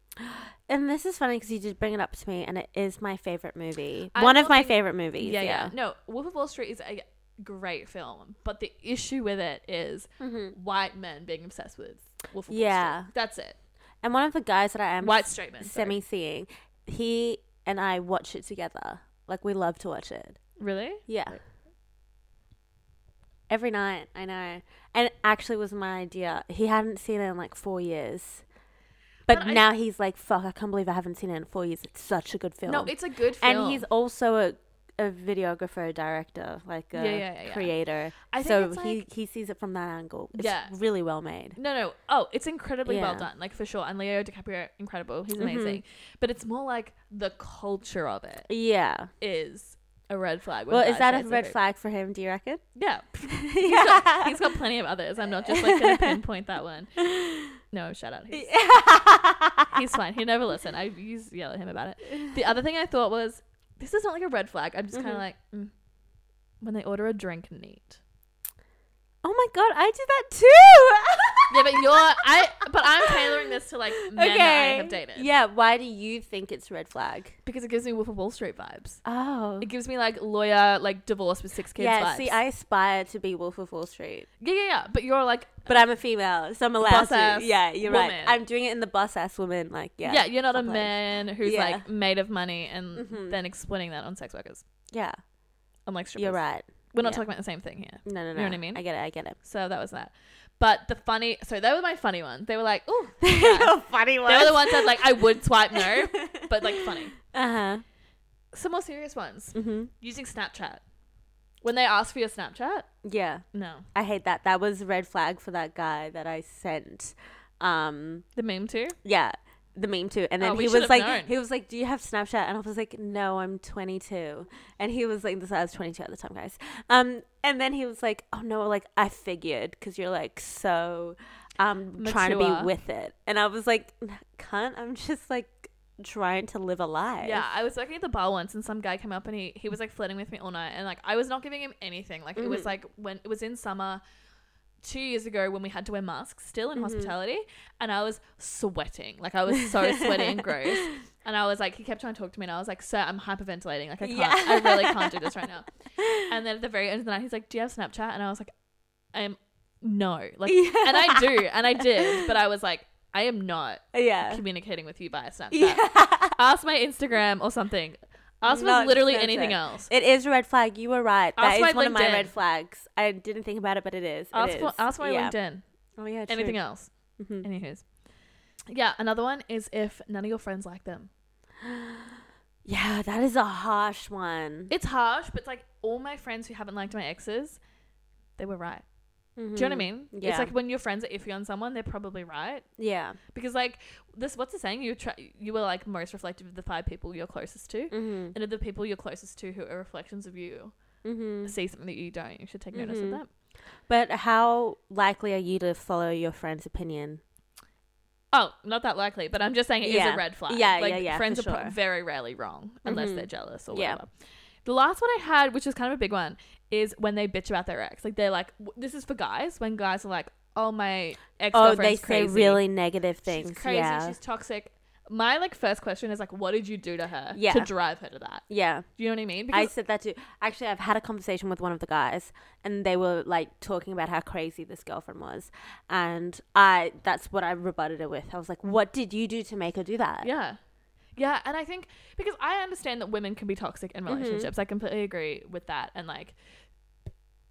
Speaker 1: and this is funny because you did bring it up to me, and it is my favorite movie.
Speaker 2: I'm
Speaker 1: one of my
Speaker 2: looking-
Speaker 1: favorite movies.
Speaker 2: yeah, yeah. No, Wolf of Wall Street is a great film, but the issue with it is
Speaker 1: Mhm.
Speaker 2: white men being obsessed with Wolf of Wall
Speaker 1: Yeah.
Speaker 2: Street. That's it.
Speaker 1: And one of the guys that I am
Speaker 2: white straight men. sorry.
Speaker 1: semi seeing, he and I watch it together. Like we love to watch it.
Speaker 2: Really?
Speaker 1: Yeah.
Speaker 2: Right.
Speaker 1: Every night, I know. And it actually was my idea. He hadn't seen it in like four years. But,
Speaker 2: But I-
Speaker 1: now he's like, fuck, I can't believe I haven't seen it in four years. It's such a good film.
Speaker 2: No, it's a good film.
Speaker 1: and he's also a, a videographer, director, like a
Speaker 2: Yeah, yeah, yeah, yeah.
Speaker 1: creator.
Speaker 2: I think
Speaker 1: so
Speaker 2: it's
Speaker 1: he,
Speaker 2: like-
Speaker 1: he sees it from that angle. It's
Speaker 2: Yeah.
Speaker 1: really well made.
Speaker 2: No, no. Oh, it's incredibly well
Speaker 1: Yeah. Mm-hmm.
Speaker 2: done, like for sure. And Leo DiCaprio, incredible. He's amazing. But it's more like the culture of it
Speaker 1: Yeah.
Speaker 2: is a red flag. when
Speaker 1: Well, is
Speaker 2: guys
Speaker 1: that
Speaker 2: say
Speaker 1: a
Speaker 2: it's
Speaker 1: red
Speaker 2: great-
Speaker 1: flag for him, do you reckon? [laughs]
Speaker 2: Yeah. [laughs] He's got, he's got plenty of others. I'm not just like gonna pinpoint that one. No, shout out. He's, he's fine. He never listen. I used to yell at him about it. The other thing I thought was, this is not like a red flag. I'm just kind
Speaker 1: Mhm.
Speaker 2: of like, mm. when they order a drink neat.
Speaker 1: Oh my god, I do that too. [laughs]
Speaker 2: Yeah, but you're I. But I'm tailoring this to like men that I have dated.
Speaker 1: Yeah, why do you think it's red flag?
Speaker 2: because it gives me Wolf of Wall Street vibes.
Speaker 1: Oh.
Speaker 2: It gives me like lawyer, like divorce with six kids
Speaker 1: Yeah,
Speaker 2: vibes.
Speaker 1: see, I aspire to be Wolf of Wall Street,
Speaker 2: yeah, yeah, yeah. But you're like,
Speaker 1: but I'm a female, so I'm allowed
Speaker 2: Boss
Speaker 1: to.
Speaker 2: ass
Speaker 1: yeah, you're
Speaker 2: woman.
Speaker 1: right. I'm doing it in the boss ass woman, like
Speaker 2: yeah,
Speaker 1: yeah.
Speaker 2: you're not a
Speaker 1: complex.
Speaker 2: man who's
Speaker 1: Yeah.
Speaker 2: like made of money and
Speaker 1: Mhm.
Speaker 2: then exploiting that on sex workers.
Speaker 1: Yeah,
Speaker 2: Unlike strippers.
Speaker 1: you're right.
Speaker 2: We're not
Speaker 1: Yeah.
Speaker 2: talking about the same thing here.
Speaker 1: No, no, no.
Speaker 2: know what I mean?
Speaker 1: I get it. I
Speaker 2: [laughs]
Speaker 1: get it.
Speaker 2: So that was that. But the funny, so they were my funny ones. [laughs] They were like, oh,
Speaker 1: [laughs] funny
Speaker 2: they were the ones that like I would swipe [laughs] no, but like funny.
Speaker 1: Uh huh.
Speaker 2: Some more serious ones
Speaker 1: Mm-hmm.
Speaker 2: using Snapchat. When they ask for your Snapchat,
Speaker 1: Yeah,
Speaker 2: no,
Speaker 1: I hate that. That was a red flag for that guy that I sent. Um,
Speaker 2: the meme too.
Speaker 1: Yeah, the meme too. And then
Speaker 2: Oh, we
Speaker 1: he
Speaker 2: should
Speaker 1: was
Speaker 2: have
Speaker 1: like,
Speaker 2: known.
Speaker 1: he was like, "Do you have Snapchat?" And I was like, "No, I'm 22." And he was like, "This I was 22 at the time, guys." Um, and then he was like, "Oh no, like I figured because you're like so, um, trying to
Speaker 2: Mature.
Speaker 1: be with it." And I was like, "Cunt, I'm just like trying to live a life." [laughs]
Speaker 2: Yeah, I was working at the bar once, and some guy came up and he he was like flirting with me all night, and like I was not giving him anything. Like it was
Speaker 1: Mhm.
Speaker 2: like when it was in summer. Two years ago, when we had to wear masks still in
Speaker 1: Mhm.
Speaker 2: hospitality, and I was sweating. Like, I was so sweaty and
Speaker 1: [laughs]
Speaker 2: gross. And I was like, he kept trying to talk to me, and I was like, sir, I'm hyperventilating. Like, I can't,
Speaker 1: Yeah.
Speaker 2: I really can't do this
Speaker 1: [laughs]
Speaker 2: right now. And then at the very end of the night, he's like, do you have Snapchat? And I was like, I'm no. Like, and I do, and I did, but I was like, I am not
Speaker 1: [laughs] yeah.
Speaker 2: communicating with you via Snapchat
Speaker 1: Yeah.
Speaker 2: ask my Instagram or something. Us was
Speaker 1: Not
Speaker 2: literally
Speaker 1: expensive.
Speaker 2: anything else.
Speaker 1: [laughs] It is a red flag. You were right. That
Speaker 2: Ask
Speaker 1: is
Speaker 2: my
Speaker 1: one of my
Speaker 2: LinkedIn.
Speaker 1: red flags. I didn't think about it, but it is. It
Speaker 2: Ask,
Speaker 1: is.
Speaker 2: for, ask my
Speaker 1: yeah.
Speaker 2: LinkedIn.
Speaker 1: Oh yeah. True.
Speaker 2: Anything else?
Speaker 1: Mhm.
Speaker 2: Anywho's. Yeah, another one is if none of your friends like them.
Speaker 1: Yeah, that is a harsh one.
Speaker 2: It's harsh, but it's like all my friends who haven't liked my exes, they were right. Do
Speaker 1: Mm-hmm.
Speaker 2: you know what I mean?
Speaker 1: Mm, Yeah.
Speaker 2: It's like when your friends are iffy on someone, they're probably right.
Speaker 1: Yeah.
Speaker 2: Because like this, what's the saying? You try, you were like most reflective of the five people you're closest to,
Speaker 1: Mm-hmm.
Speaker 2: and of the people you're closest to who are reflections of you,
Speaker 1: Mm-hmm.
Speaker 2: see something that you don't. You should take notice
Speaker 1: Mhm.
Speaker 2: of that.
Speaker 1: But how likely are you to follow your friend's opinion?
Speaker 2: Oh, not that likely, but I'm just saying it is
Speaker 1: Yeah.
Speaker 2: a red flag.
Speaker 1: Yeah,
Speaker 2: like,
Speaker 1: yeah, yeah,
Speaker 2: Friends
Speaker 1: for
Speaker 2: are pro-
Speaker 1: sure.
Speaker 2: very rarely wrong unless
Speaker 1: Mhm.
Speaker 2: they're jealous or
Speaker 1: Yeah.
Speaker 2: whatever. The last one I had, which is kind of a big one, is when they bitch about their ex. Like they're like, w- this is for guys when guys are like, oh my ex
Speaker 1: Oh,
Speaker 2: girlfriend's
Speaker 1: they
Speaker 2: crazy.
Speaker 1: say really negative things.
Speaker 2: She's crazy.
Speaker 1: Yeah.
Speaker 2: She's toxic. My like first question is like, what did you do to her
Speaker 1: Yeah.
Speaker 2: to drive her to that?
Speaker 1: yeah.
Speaker 2: Do you know what I mean?
Speaker 1: I
Speaker 2: Because
Speaker 1: said that too. Actually, I've had a conversation with one of the guys, and they were like talking about how crazy this girlfriend was, and I that's what I rebutted it with. I was like, "What did you do to make her do that?"
Speaker 2: yeah, yeah, and I think because I understand that women can be toxic in
Speaker 1: Mhm.
Speaker 2: relationships, I completely agree with that, and like,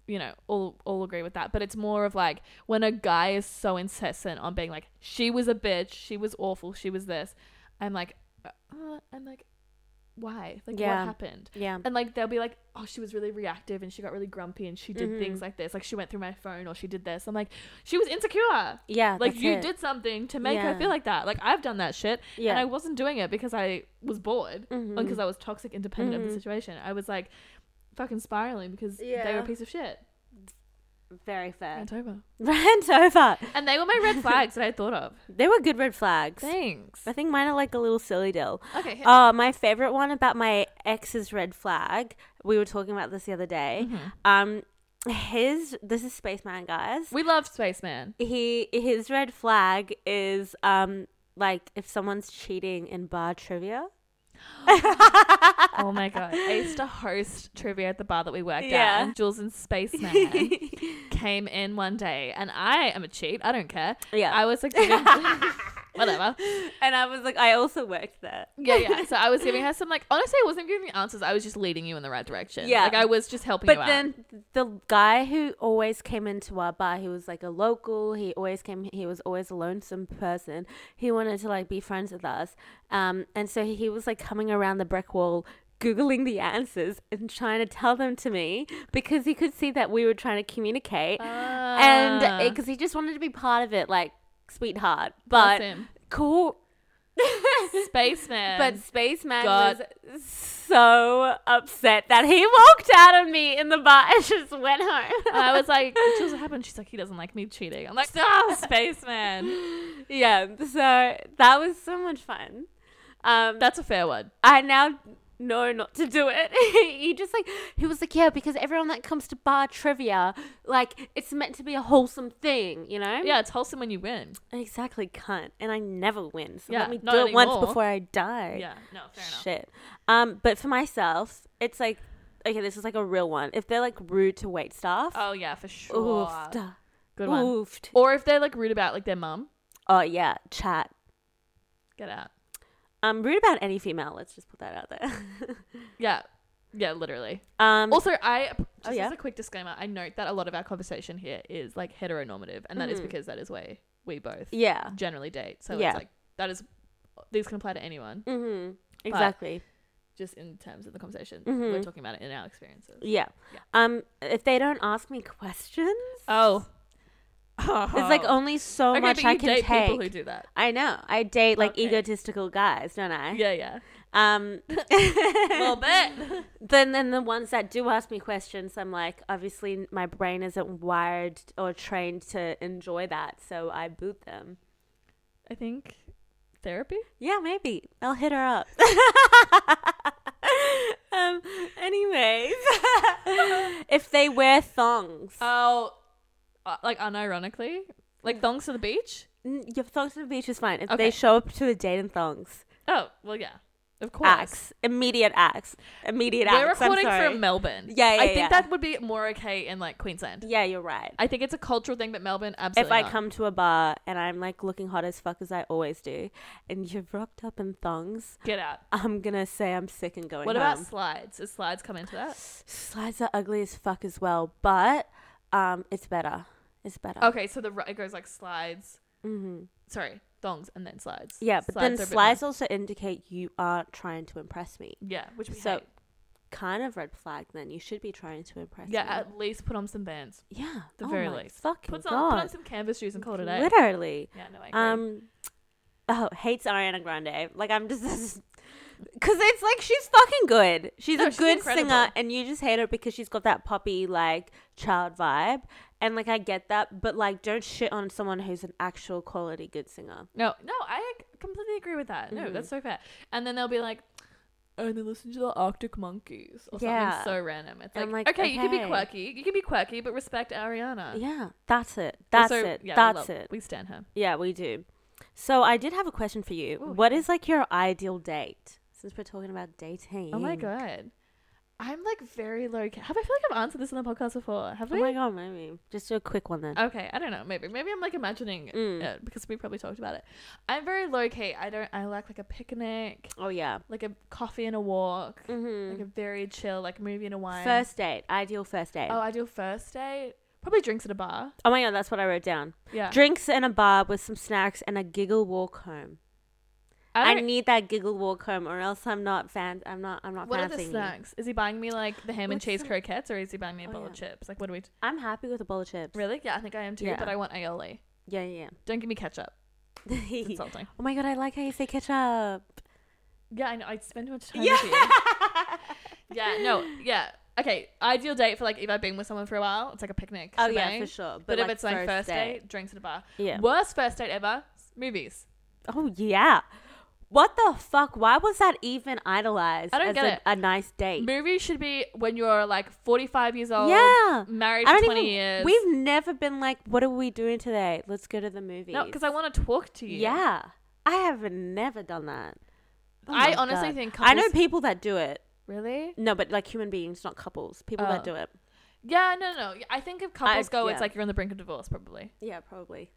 Speaker 2: you know, all all agree with that. But it's more of like when a guy is so incessant on being like, she was a bitch, she was awful, she was this. I'm like, uh, I'm like, why? Like,
Speaker 1: Yeah.
Speaker 2: what happened?
Speaker 1: Yeah.
Speaker 2: And like they'll be like, oh, she was really reactive and she got really grumpy and she did
Speaker 1: Mhm.
Speaker 2: things like this. Like she went through my phone or she did this. I'm like, she was insecure.
Speaker 1: Yeah.
Speaker 2: Like
Speaker 1: that's
Speaker 2: you
Speaker 1: it.
Speaker 2: did something to make
Speaker 1: Yeah.
Speaker 2: her feel like that. Like I've done that shit.
Speaker 1: Yeah.
Speaker 2: And I wasn't doing it because I was bored
Speaker 1: Mhm.
Speaker 2: or because I was toxic independent of
Speaker 1: Mhm.
Speaker 2: the situation. I was like fucking spiraling because they were
Speaker 1: Yeah.
Speaker 2: a piece of shit.
Speaker 1: Very fair. [laughs]
Speaker 2: Rant over.
Speaker 1: Rant over.
Speaker 2: And they were my
Speaker 1: [laughs]
Speaker 2: red flags that I thought of.
Speaker 1: They were good red flags.
Speaker 2: Thanks.
Speaker 1: I think mine are like a little silly dill.
Speaker 2: Okay. hit-
Speaker 1: Oh, my favorite one about my ex's red flag. We were talking about this the other day.
Speaker 2: Mhm.
Speaker 1: Um, his this is spaceman guys.
Speaker 2: We love Spaceman.
Speaker 1: He his red flag is um like if someone's cheating in bar [gasps] trivia.
Speaker 2: Oh my god. I used to host trivia at the bar that we worked
Speaker 1: Yeah.
Speaker 2: at. And Jules and Spaceman.
Speaker 1: [laughs]
Speaker 2: came in one day and I am a cheat. I don't care.
Speaker 1: [laughs] yeah,
Speaker 2: I was
Speaker 1: [laughs]
Speaker 2: like, giving- whatever.
Speaker 1: and I was like, I also worked there.
Speaker 2: Yeah, yeah. So I was giving her some, like, honestly, I wasn't giving the answers. I was just leading you in the right direction.
Speaker 1: Yeah.
Speaker 2: Like, I was just helping you
Speaker 1: But
Speaker 2: out.
Speaker 1: then the guy who always came into our bar, he was like a local. He always came. He was always a lonesome person. He wanted to like be friends with us, um, and so he was like coming around the brick wall, googling the answers and trying to tell them to me because he could see that we were trying to communicate,
Speaker 2: Ah.
Speaker 1: and because he just wanted to be part of it, like sweetheart. But
Speaker 2: Awesome.
Speaker 1: cool.
Speaker 2: [laughs] Spaceman.
Speaker 1: But Spaceman
Speaker 2: God.
Speaker 1: was so upset that he [laughs] walked out of me in the bar and just went home.
Speaker 2: [laughs] I was like,
Speaker 1: [laughs]
Speaker 2: Jules, what happened? She's like, he doesn't like me cheating. I'm like, ah, Spaceman.
Speaker 1: yeah, so that was so much fun. Um,
Speaker 2: That's a fair one.
Speaker 1: I now know not to do it. [laughs] he just like he was like, yeah, because everyone that comes to bar trivia, like it's meant to be a wholesome thing, you know?
Speaker 2: Yeah, it's wholesome when you win.
Speaker 1: exactly, cunt. And I never win, so
Speaker 2: Yeah,
Speaker 1: let me do
Speaker 2: not
Speaker 1: it once
Speaker 2: anymore.
Speaker 1: before I die.
Speaker 2: Yeah, no, fair enough.
Speaker 1: Shit. Um, but for myself, it's like okay, this is like a real one. If they're like rude to wait staff,
Speaker 2: Oh, yeah, for sure.
Speaker 1: oofed,
Speaker 2: Good one.
Speaker 1: oofed.
Speaker 2: Or if they're like rude about like their mum,
Speaker 1: Oh yeah, chat.
Speaker 2: get out.
Speaker 1: Um, rude about any female. Let's just put that out there. [laughs]
Speaker 2: Yeah. Yeah, literally.
Speaker 1: um,
Speaker 2: Also, I just
Speaker 1: yeah?
Speaker 2: as a quick disclaimer, I note that a lot of our conversation here is like heteronormative, and that is
Speaker 1: Mhm.
Speaker 2: because that is where we both
Speaker 1: yeah.
Speaker 2: generally date. So
Speaker 1: Yeah.
Speaker 2: it's like that is these can apply to anyone,
Speaker 1: Mm-hmm. Exactly.
Speaker 2: just in terms of the conversation we're
Speaker 1: Mhm.
Speaker 2: talking about it in our experiences.
Speaker 1: yeah.
Speaker 2: Yeah.
Speaker 1: Um, if they don't ask me questions,
Speaker 2: Oh,
Speaker 1: it's like only so
Speaker 2: okay,
Speaker 1: much
Speaker 2: but
Speaker 1: I
Speaker 2: you
Speaker 1: can
Speaker 2: date
Speaker 1: take.
Speaker 2: people who do that.
Speaker 1: I know. I date like
Speaker 2: Okay.
Speaker 1: egotistical guys, don't I?
Speaker 2: Yeah, yeah,
Speaker 1: [laughs]
Speaker 2: [laughs]
Speaker 1: Um,
Speaker 2: a little bit.
Speaker 1: [laughs] then then the ones that do ask me questions i'm like obviously my brain isn't wired or trained to enjoy that so i boot them
Speaker 2: [laughs] I think therapy.
Speaker 1: yeah maybe i'll hit her up [laughs] um anyways [laughs] if they wear thongs
Speaker 2: Oh, uh, like unironically, like thongs to the beach.
Speaker 1: N- your thongs on the beach is fine if they
Speaker 2: Okay.
Speaker 1: show up to a date in thongs
Speaker 2: Oh, well, yeah. Of course.
Speaker 1: Axe. Immediate axe. Immediate
Speaker 2: We're
Speaker 1: axe.
Speaker 2: recording
Speaker 1: I'm sorry.
Speaker 2: from Melbourne.
Speaker 1: Yeah, yeah,
Speaker 2: I think
Speaker 1: yeah.
Speaker 2: that would be more okay in like Queensland.
Speaker 1: Yeah, you're right.
Speaker 2: I think it's a cultural thing, but Melbourne
Speaker 1: If
Speaker 2: absolutely.
Speaker 1: I
Speaker 2: not.
Speaker 1: come to a bar and I'm like looking hot as fuck as I always do, and you're rocked up in thongs,
Speaker 2: get out.
Speaker 1: I'm gonna say I'm sick and going
Speaker 2: What
Speaker 1: home.
Speaker 2: about slides? Does slides come into that?
Speaker 1: Slides are ugly as fuck as well, but um, it's better. It's better.
Speaker 2: Okay, so the ri- it goes like slides.
Speaker 1: hmm
Speaker 2: Sorry, thongs and then slides.
Speaker 1: Yeah, but
Speaker 2: Slides are a
Speaker 1: then
Speaker 2: bit
Speaker 1: slides also indicate you aren't trying to impress me.
Speaker 2: more- Yeah, which we
Speaker 1: So,
Speaker 2: hate.
Speaker 1: Kind of red flag. Then you should be trying to impress.
Speaker 2: Yeah,
Speaker 1: me.
Speaker 2: at least put on some bands.
Speaker 1: yeah.
Speaker 2: the
Speaker 1: oh
Speaker 2: very
Speaker 1: my
Speaker 2: least.
Speaker 1: Fucking
Speaker 2: Put, on,
Speaker 1: god.
Speaker 2: put on some canvas shoes and call it a day.
Speaker 1: Literally.
Speaker 2: Yeah, no, I agree.
Speaker 1: Um. Oh, hates Ariana Grande. Like I'm just. [laughs] Cause it's like she's fucking good. She's
Speaker 2: No,
Speaker 1: a
Speaker 2: she's
Speaker 1: good singer,
Speaker 2: incredible.
Speaker 1: and you just hate her because she's got that poppy like child vibe, and like I get that, but like don't shit on someone who's an actual quality good singer.
Speaker 2: no, no, I ag- completely agree with that. No,
Speaker 1: Mm.
Speaker 2: that's so fair. And then they'll be like, and they listen to the Arctic Monkeys or
Speaker 1: Yeah.
Speaker 2: something so random. It's
Speaker 1: And
Speaker 2: like,
Speaker 1: I'm like,
Speaker 2: okay, you can be
Speaker 1: okay.
Speaker 2: quirky. You can be quirky, but respect Ariana.
Speaker 1: Yeah, that's it. That's
Speaker 2: Uh. Also,
Speaker 1: it.
Speaker 2: yeah, we
Speaker 1: that's
Speaker 2: love-
Speaker 1: it.
Speaker 2: We stand her.
Speaker 1: Yeah, we do. So I did have a question for you.
Speaker 2: Ooh,
Speaker 1: What
Speaker 2: Oh, yeah.
Speaker 1: is like your ideal date? Since we're talking about dating.
Speaker 2: Oh my god. I'm like very low. ca- Have I feel like I've answered this on the podcast before? Have
Speaker 1: Oh
Speaker 2: we?
Speaker 1: my god, maybe just do a quick one then.
Speaker 2: Okay, I don't know. Maybe maybe I'm like imagining
Speaker 1: Mm.
Speaker 2: it because we probably talked about it. I'm very low key. I don't. I like like a picnic,
Speaker 1: Oh yeah.
Speaker 2: like a coffee and a walk,
Speaker 1: Mm-hmm.
Speaker 2: like a very chill, like movie and a wine.
Speaker 1: First date, ideal first date.
Speaker 2: Oh,
Speaker 1: Oh,
Speaker 2: ideal first date. Probably drinks at a bar.
Speaker 1: my god, that's what I wrote down.
Speaker 2: Yeah.
Speaker 1: Drinks and a bar with some snacks and a giggle walk home.
Speaker 2: I
Speaker 1: I,
Speaker 2: don't,
Speaker 1: need that giggle walk home, or else I'm not fan. I'm not. I'm not
Speaker 2: what are the
Speaker 1: fancying you.
Speaker 2: snacks? Is he buying me like the ham and
Speaker 1: What's
Speaker 2: cheese
Speaker 1: that?
Speaker 2: croquettes, or is he buying me a
Speaker 1: Oh,
Speaker 2: bowl
Speaker 1: yeah.
Speaker 2: of chips? Like, what do we
Speaker 1: I'm happy with a bowl of chips.
Speaker 2: really? Yeah, I think I am too.
Speaker 1: Yeah.
Speaker 2: But I want aioli.
Speaker 1: Yeah, yeah.
Speaker 2: Don't give me ketchup. It's
Speaker 1: yeah. [laughs]
Speaker 2: insulting.
Speaker 1: oh my god, I like how you say ketchup.
Speaker 2: Yeah, I know. I spend too much time
Speaker 1: Yeah.
Speaker 2: with you. [laughs] Yeah, no, yeah. Okay, ideal date for like if I've been with someone for a while, it's like a picnic.
Speaker 1: Oh yeah,
Speaker 2: shebang.
Speaker 1: for sure. But,
Speaker 2: But, if
Speaker 1: like,
Speaker 2: it's like first date, drinks at a bar.
Speaker 1: yeah.
Speaker 2: Worst first date ever, s- movies.
Speaker 1: Oh yeah. What the fuck? Why was that even idolized
Speaker 2: I don't
Speaker 1: as
Speaker 2: get
Speaker 1: a,
Speaker 2: it.
Speaker 1: a nice date?
Speaker 2: Movies should be when you're like 45 years old,
Speaker 1: yeah.
Speaker 2: married
Speaker 1: I
Speaker 2: for
Speaker 1: don't
Speaker 2: 20
Speaker 1: even,
Speaker 2: years.
Speaker 1: We've never been like, what are we doing today? Let's go to the movies.
Speaker 2: no, because I want to talk to you.
Speaker 1: Yeah, I have never done that. Oh
Speaker 2: I
Speaker 1: my
Speaker 2: honestly
Speaker 1: God.
Speaker 2: think
Speaker 1: I know
Speaker 2: couples-
Speaker 1: people that do it.
Speaker 2: Really?
Speaker 1: No, but like human beings, not couples. People
Speaker 2: Oh.
Speaker 1: that do it.
Speaker 2: Yeah, no, no. no. I think if couples
Speaker 1: I-
Speaker 2: go,
Speaker 1: yeah.
Speaker 2: it's like you're on the brink of
Speaker 1: [laughs]
Speaker 2: divorce, probably.
Speaker 1: Yeah, probably.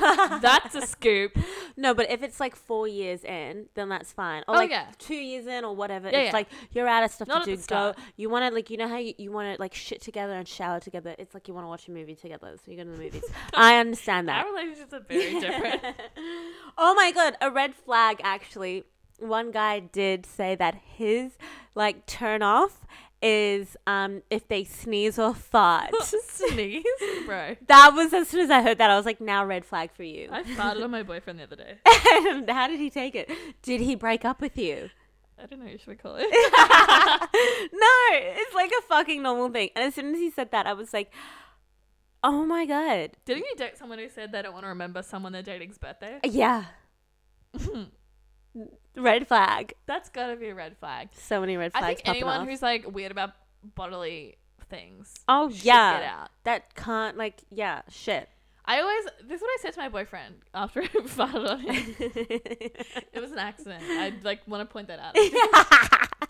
Speaker 2: That's a scoop.
Speaker 1: No, but if it's like four years in, then that's fine. Or
Speaker 2: Oh,
Speaker 1: like
Speaker 2: yeah.
Speaker 1: two years in or whatever.
Speaker 2: Yeah,
Speaker 1: it's
Speaker 2: yeah.
Speaker 1: like you're out of stuff
Speaker 2: Not at
Speaker 1: to
Speaker 2: the
Speaker 1: do. Go.
Speaker 2: start.
Speaker 1: You want to like you know how you, you want to like shit together and shower together. It's like you want to watch a movie together, so you go to the movies. I understand that.
Speaker 2: [laughs] Our relationships are
Speaker 1: [laughs]
Speaker 2: very different.
Speaker 1: oh my god, a red flag actually. One guy did say that his like turn off is um if they sneeze or
Speaker 2: [laughs]
Speaker 1: fart.
Speaker 2: Sneeze, bro.
Speaker 1: that was as soon as I heard that I was like now red flag for you.
Speaker 2: I farted on my boyfriend the other day.
Speaker 1: [laughs] And How did he take it? Did he break up with you?
Speaker 2: I don't know. Should we call it?
Speaker 1: [laughs] no, it's like a fucking normal thing. And as soon as he said that, I was like, "Oh my god,
Speaker 2: Didn't you date someone who said they don't want to remember someone they're dating's birthday?
Speaker 1: yeah, red flag."
Speaker 2: [laughs] That's gotta be a red flag.
Speaker 1: So many red flags.
Speaker 2: I think
Speaker 1: popping
Speaker 2: anyone
Speaker 1: off.
Speaker 2: who's like weird about bodily things.
Speaker 1: Oh
Speaker 2: should
Speaker 1: yeah,
Speaker 2: Get out.
Speaker 1: that can't like yeah
Speaker 2: [laughs]
Speaker 1: shit.
Speaker 2: I always this is what I said to my boyfriend after [laughs] I farted on him.
Speaker 1: [laughs]
Speaker 2: It was an accident. I like want to point that
Speaker 1: [laughs]
Speaker 2: out.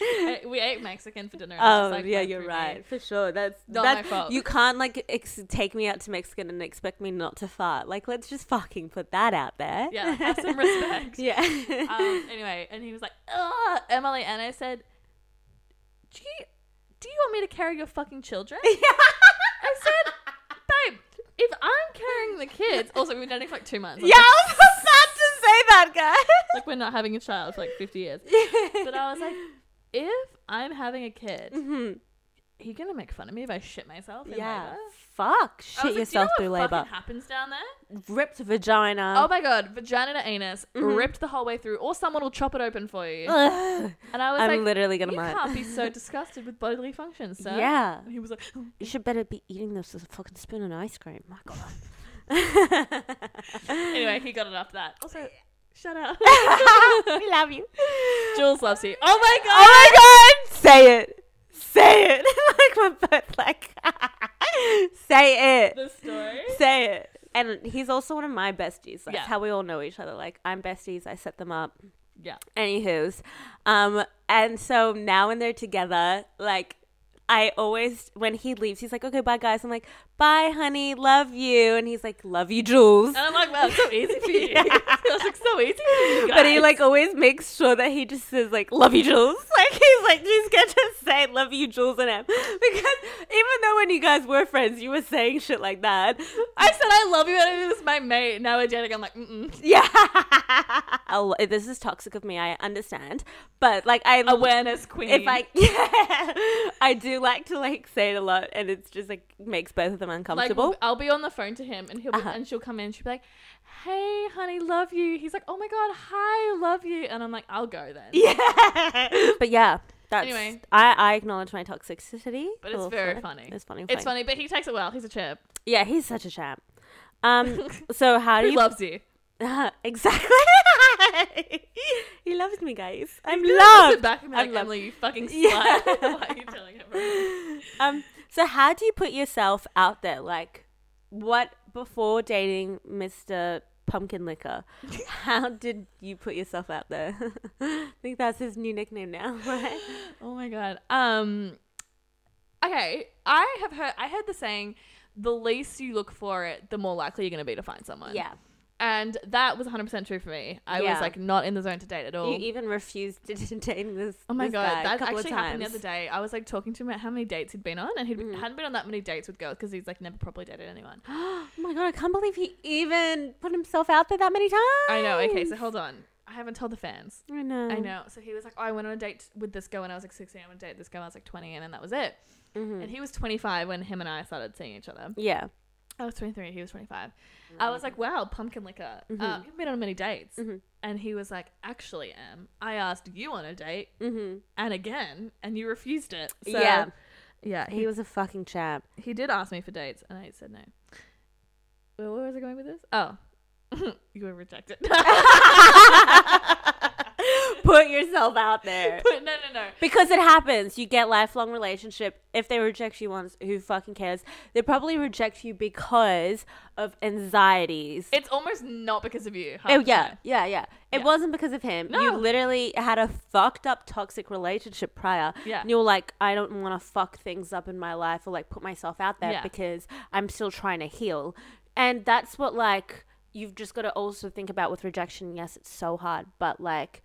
Speaker 2: I- we ate Mexican for dinner. and I
Speaker 1: oh
Speaker 2: just, like,
Speaker 1: yeah,
Speaker 2: went
Speaker 1: you're
Speaker 2: through
Speaker 1: right
Speaker 2: me.
Speaker 1: for sure. That's
Speaker 2: Not
Speaker 1: that,
Speaker 2: my fault.
Speaker 1: You [laughs] can't like ex- take me out to Mexican and expect me not to fart. Like let's just fucking put that out there.
Speaker 2: Yeah, have some
Speaker 1: [laughs]
Speaker 2: respect.
Speaker 1: yeah. [laughs]
Speaker 2: Um, anyway, and he was like, "Ugh, Emily," and I said, "Do you do you want me to carry your fucking children?" I said, "Babe, if I'm carrying the kids, also we've been dating for like two months. I was
Speaker 1: yeah, I was [laughs] about to say that, guy. [laughs]
Speaker 2: like we're not having a child for like 50 years. But I was like, if I'm having a kid,
Speaker 1: Mhm.
Speaker 2: he gonna make fun of me if I shit myself in
Speaker 1: yeah.
Speaker 2: labor?
Speaker 1: Fuck.
Speaker 2: I
Speaker 1: Shit
Speaker 2: was like, do
Speaker 1: yourself
Speaker 2: you know
Speaker 1: through
Speaker 2: what
Speaker 1: labor. Um,
Speaker 2: fucking happens down there?
Speaker 1: Ripped vagina.
Speaker 2: oh my god, vagina to anus, ripped the whole way through, or someone will chop it open for
Speaker 1: [laughs]
Speaker 2: you.
Speaker 1: mm-hmm. Ugh.
Speaker 2: And I was
Speaker 1: I'm
Speaker 2: like,
Speaker 1: literally gonna
Speaker 2: you
Speaker 1: mine.
Speaker 2: can't
Speaker 1: [laughs]
Speaker 2: be so disgusted with bodily functions, sir.
Speaker 1: Yeah.
Speaker 2: And he was like, "Oh,
Speaker 1: You should better be eating this with a fucking spoon and ice cream. My
Speaker 2: [laughs]
Speaker 1: God.
Speaker 2: anyway, he got it after that. Also, shut up.
Speaker 1: [laughs] [laughs] we love you.
Speaker 2: Jules loves you. Oh my god.
Speaker 1: Oh my God. Say it. Say it. [laughs] like my butt. Like. [laughs] Say it.
Speaker 2: [laughs] The
Speaker 1: [laughs]
Speaker 2: story.
Speaker 1: Say it. And he's also one of my besties. That's
Speaker 2: Yeah.
Speaker 1: how we all know each other. Like I'm besties. I set them up.
Speaker 2: Yeah.
Speaker 1: Anywho's. Um, and so now when they're together, like I always when he leaves, he's like, Okay, bye guys. I'm like, Bye, honey, love you and he's like, Love you, Jules.
Speaker 2: And I'm like, Oh, wow,
Speaker 1: [laughs]
Speaker 2: it's so easy for you. [laughs]
Speaker 1: Yeah.
Speaker 2: That's like so easy for you guys.
Speaker 1: But he like always makes sure that he just says like love you Jules. [laughs] Like he's like he's gonna just say love you Jules and him. [laughs] Because even though when you guys were friends you were saying shit like that.
Speaker 2: I said I love you, and it was my mate. Now we're dating. I'm like, mm-mm.
Speaker 1: Yeah. [laughs] I'll- this is toxic of me, I understand. But like I
Speaker 2: awareness queen.
Speaker 1: if I [laughs] yeah, I do like to like say it a lot, and it's just like makes both of them
Speaker 2: like,
Speaker 1: uncomfortable.
Speaker 2: I'll be on the phone to him, and he'll be,
Speaker 1: Uh-huh.
Speaker 2: and she'll come in. She'll be like, "Hey, honey, love you." He's like, "Oh my god, hi, love you," and I'm like, "I'll go then."
Speaker 1: [laughs] yeah, but yeah, that's
Speaker 2: Anyway.
Speaker 1: I I acknowledge my toxicity,
Speaker 2: But it's
Speaker 1: Well,
Speaker 2: very
Speaker 1: fine.
Speaker 2: funny.
Speaker 1: It's funny.
Speaker 2: It's
Speaker 1: fine.
Speaker 2: funny, but he takes it well. He's a chip.
Speaker 1: Yeah, he's such a champ.
Speaker 2: [laughs]
Speaker 1: Um, so how do
Speaker 2: He
Speaker 1: you
Speaker 2: loves you.
Speaker 1: [laughs] exactly? he loves me, guys. I'm
Speaker 2: Love
Speaker 1: loved.
Speaker 2: back and be
Speaker 1: I
Speaker 2: like,
Speaker 1: love-
Speaker 2: Emily, you [laughs] fucking slut.
Speaker 1: Yeah.
Speaker 2: Why are you telling everyone?
Speaker 1: um, so how do you put yourself out there? Like, what before dating Mr. Pumpkin
Speaker 2: [laughs]
Speaker 1: Liquor? How did you put yourself out there? [laughs] I think that's his new nickname now, [laughs] right?
Speaker 2: Oh my god. Um. Okay, I have heard. I heard the saying, "The least you look for it, the more likely you're going to be to find someone."
Speaker 1: Yeah.
Speaker 2: and that was 100 percent true for me. I
Speaker 1: Yeah.
Speaker 2: was like not in the zone to date at all.
Speaker 1: You even refused to [laughs] date this.
Speaker 2: Oh my
Speaker 1: this guy
Speaker 2: god,
Speaker 1: a
Speaker 2: that
Speaker 1: couple
Speaker 2: actually
Speaker 1: of times. Mm.
Speaker 2: happened the other day. I was like talking to him about how many dates he'd been on, and he hadn't been on that many dates with girls because he's like never properly dated anyone.
Speaker 1: oh my god, I can't believe he even put himself out there that many times. [gasps]
Speaker 2: I know. Okay, so hold on. I haven't told the fans.
Speaker 1: I know.
Speaker 2: I know. So he was like, oh, I went on a date with this girl when I was like 16. I went on a date with this girl when I was like 20, and then that was it.
Speaker 1: Mm.
Speaker 2: And he was 25 when him and I started seeing each other.
Speaker 1: Mm-hmm. Yeah.
Speaker 2: I was 23, he was 25. I was
Speaker 1: Mm.
Speaker 2: like, wow, pumpkin liquor.
Speaker 1: Mm-hmm.
Speaker 2: Um, you've been on many dates. And he was like, actually, Em, I asked you on a date
Speaker 1: Mm-hmm.
Speaker 2: and again, and you refused it. So,
Speaker 1: Yeah.
Speaker 2: Yeah,
Speaker 1: He was a fucking
Speaker 2: [laughs]
Speaker 1: champ.
Speaker 2: he did ask me for dates and I said no. Well, where was I going with this? Oh, [laughs] you were rejected. [laughs]
Speaker 1: Put yourself [laughs] out there.
Speaker 2: no, no, no.
Speaker 1: Because it happens. You get lifelong relationship. If they reject you once, who fucking cares? They probably reject you because of anxieties.
Speaker 2: It's almost not because of you.
Speaker 1: oh yeah, yeah, yeah. It
Speaker 2: Yeah.
Speaker 1: wasn't because of him. You
Speaker 2: No.
Speaker 1: literally had a fucked up toxic relationship prior.
Speaker 2: Yeah.
Speaker 1: And you were like, I don't want to fuck things up in my life or like put myself out there
Speaker 2: Yeah.
Speaker 1: because I'm still trying to heal. And that's what like you've just got to also think about with rejection. Yes, it's so hard, but like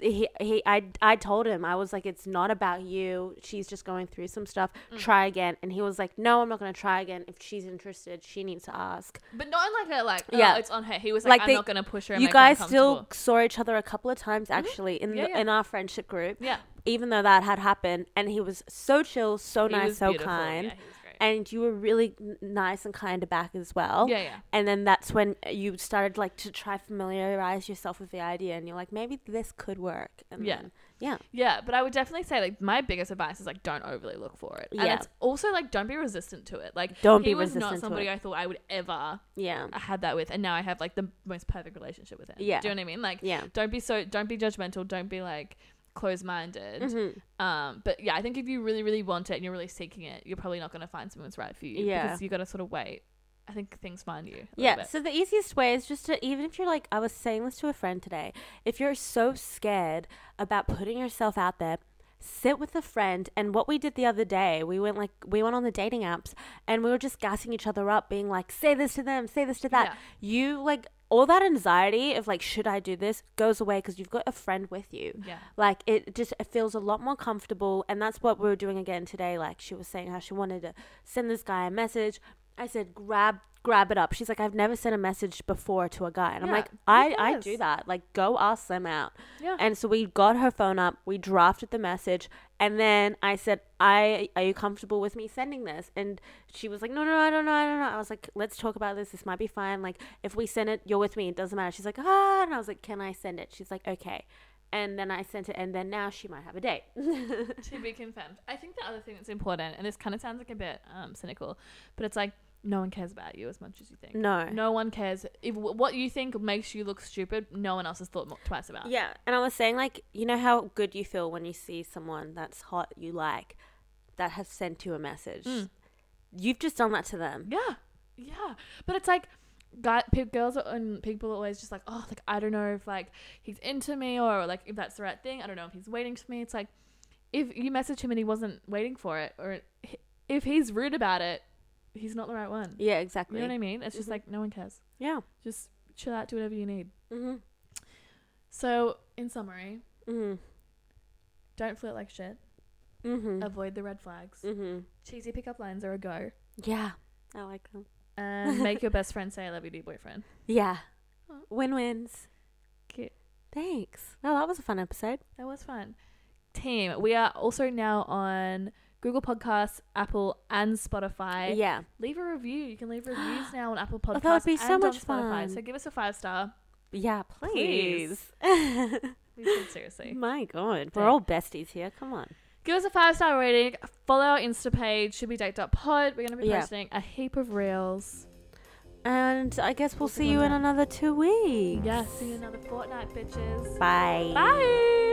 Speaker 1: he, he I, I told him i was like it's not about you she's just going through some stuff
Speaker 2: Mm.
Speaker 1: try again and he was like no i'm not going to try again if she's interested she needs to ask
Speaker 2: But not in like a like.
Speaker 1: Yeah.
Speaker 2: yeah, it's on her. He was like,
Speaker 1: Like,
Speaker 2: I'm
Speaker 1: they-
Speaker 2: not gonna push her. And
Speaker 1: you
Speaker 2: make her
Speaker 1: guys still
Speaker 2: uncomfortable."
Speaker 1: saw each other a couple of times actually in
Speaker 2: Mm-hmm. Yeah,
Speaker 1: the,
Speaker 2: yeah.
Speaker 1: in our friendship group
Speaker 2: Yeah.
Speaker 1: even though that had happened and he was so chill so
Speaker 2: He
Speaker 1: nice
Speaker 2: was
Speaker 1: so
Speaker 2: beautiful.
Speaker 1: kind
Speaker 2: Yeah, he was great.
Speaker 1: and you were really n- nice and kind back as well
Speaker 2: yeah, yeah.
Speaker 1: and then that's when uh, you started like to try familiarize yourself with the idea and you're like maybe this could work and
Speaker 2: Yeah.
Speaker 1: then, yeah
Speaker 2: Yeah, but I would definitely say like my biggest advice is like don't overly look for it. And
Speaker 1: Yeah.
Speaker 2: it's also like don't be resistant to it. Like
Speaker 1: Don't
Speaker 2: he
Speaker 1: be
Speaker 2: was
Speaker 1: resistant to
Speaker 2: not somebody
Speaker 1: it.
Speaker 2: I thought I would ever
Speaker 1: yeah
Speaker 2: had that with and now I have like the most perfect relationship with him.
Speaker 1: Yeah.
Speaker 2: Do you know what I mean? Like
Speaker 1: yeah
Speaker 2: don't be so don't be judgmental don't be like closed-minded
Speaker 1: Mhm.
Speaker 2: um but yeah i think if you really really want it and you're really seeking it you're probably not going to find someone that's right for you
Speaker 1: Yeah.
Speaker 2: because you got to sort of wait i think things find you a little
Speaker 1: Yeah.
Speaker 2: bit.
Speaker 1: So the easiest way is just to even if you're like I was saying this to a friend today, if you're so scared about putting yourself out there, sit with a friend and what we did the other day, we went like we went on the dating apps and we were just gassing each other up being like say this to them, say this to that. You like all that anxiety of like should I do this goes away cuz you've got a friend with you
Speaker 2: yeah
Speaker 1: like it just it feels a lot more comfortable and that's what we were doing again today like she was saying how she wanted to send this guy a message i said grab grab it up she's like i've never sent a message before to a guy and i'm
Speaker 2: Yeah,
Speaker 1: like
Speaker 2: who
Speaker 1: i i
Speaker 2: cares?
Speaker 1: do that like go ask them out
Speaker 2: yeah
Speaker 1: and so we got her phone up we drafted the message and then i said i are you comfortable with me sending this and she was like no no i don't know i don't know i was like let's talk about this this might be fine like if we send it you're with me it doesn't matter she's like ah and i was like can i send it she's like okay and then I sent it, and then now she might have a date. [laughs]
Speaker 2: to be confirmed i think the other thing that's important and this kind of sounds like a bit um cynical but it's like no one cares about you as much as you think
Speaker 1: no.
Speaker 2: no one cares if w- what you think makes you look stupid no one else has thought mo- twice about
Speaker 1: Yeah, and I was saying like, you know how good you feel when you see someone that's hot you like, that has
Speaker 2: Mm.
Speaker 1: sent you a message. You've just done that to them.
Speaker 2: Yeah. Yeah. But it's like guy, pe- girls are, and people are always just like, oh, like I don't know if like he's into me or like if that's the right thing. I don't know if he's waiting for me. It's like if you message him and he wasn't waiting for it, or h- if he's rude about it, he's not the right one.
Speaker 1: Yeah,
Speaker 2: You
Speaker 1: exactly.
Speaker 2: know what I mean? It's just
Speaker 1: Mhm.
Speaker 2: like no one cares.
Speaker 1: Yeah.
Speaker 2: Just chill out, do whatever you need.
Speaker 1: Mm-hmm.
Speaker 2: So in summary,
Speaker 1: Mm-hmm.
Speaker 2: don't flirt like shit.
Speaker 1: Mm-hmm.
Speaker 2: Avoid the red flags.
Speaker 1: mm-hmm.
Speaker 2: Cheesy pickup lines are a go.
Speaker 1: Yeah. I like them.
Speaker 2: And make your best friend say I love you to your boyfriend.
Speaker 1: Yeah.
Speaker 2: Oh.
Speaker 1: Win-wins.
Speaker 2: Cute.
Speaker 1: Thanks. Well, that was a fun episode.
Speaker 2: That was fun. Team, we are also now on Google Podcasts, Apple, and Spotify.
Speaker 1: yeah.
Speaker 2: Leave a review. You
Speaker 1: [gasps]
Speaker 2: can leave reviews now on Apple
Speaker 1: Oh,
Speaker 2: Podcasts
Speaker 1: that would be
Speaker 2: and
Speaker 1: so
Speaker 2: on
Speaker 1: much
Speaker 2: Spotify.
Speaker 1: fun.
Speaker 2: So give us a five star.
Speaker 1: Yeah,
Speaker 2: Please.
Speaker 1: please. [laughs]
Speaker 2: We should seriously.
Speaker 1: My God, we're all besties here. Come on.
Speaker 2: Give us a five star rating. Follow our Insta page, should be date.pod. We're going to be
Speaker 1: Yeah.
Speaker 2: posting a heap of reels.
Speaker 1: And I guess we'll
Speaker 2: We'll see
Speaker 1: see
Speaker 2: you
Speaker 1: you in
Speaker 2: on
Speaker 1: another two weeks.
Speaker 2: Yeah, see you in another fortnight, bitches.
Speaker 1: Bye.
Speaker 2: Bye.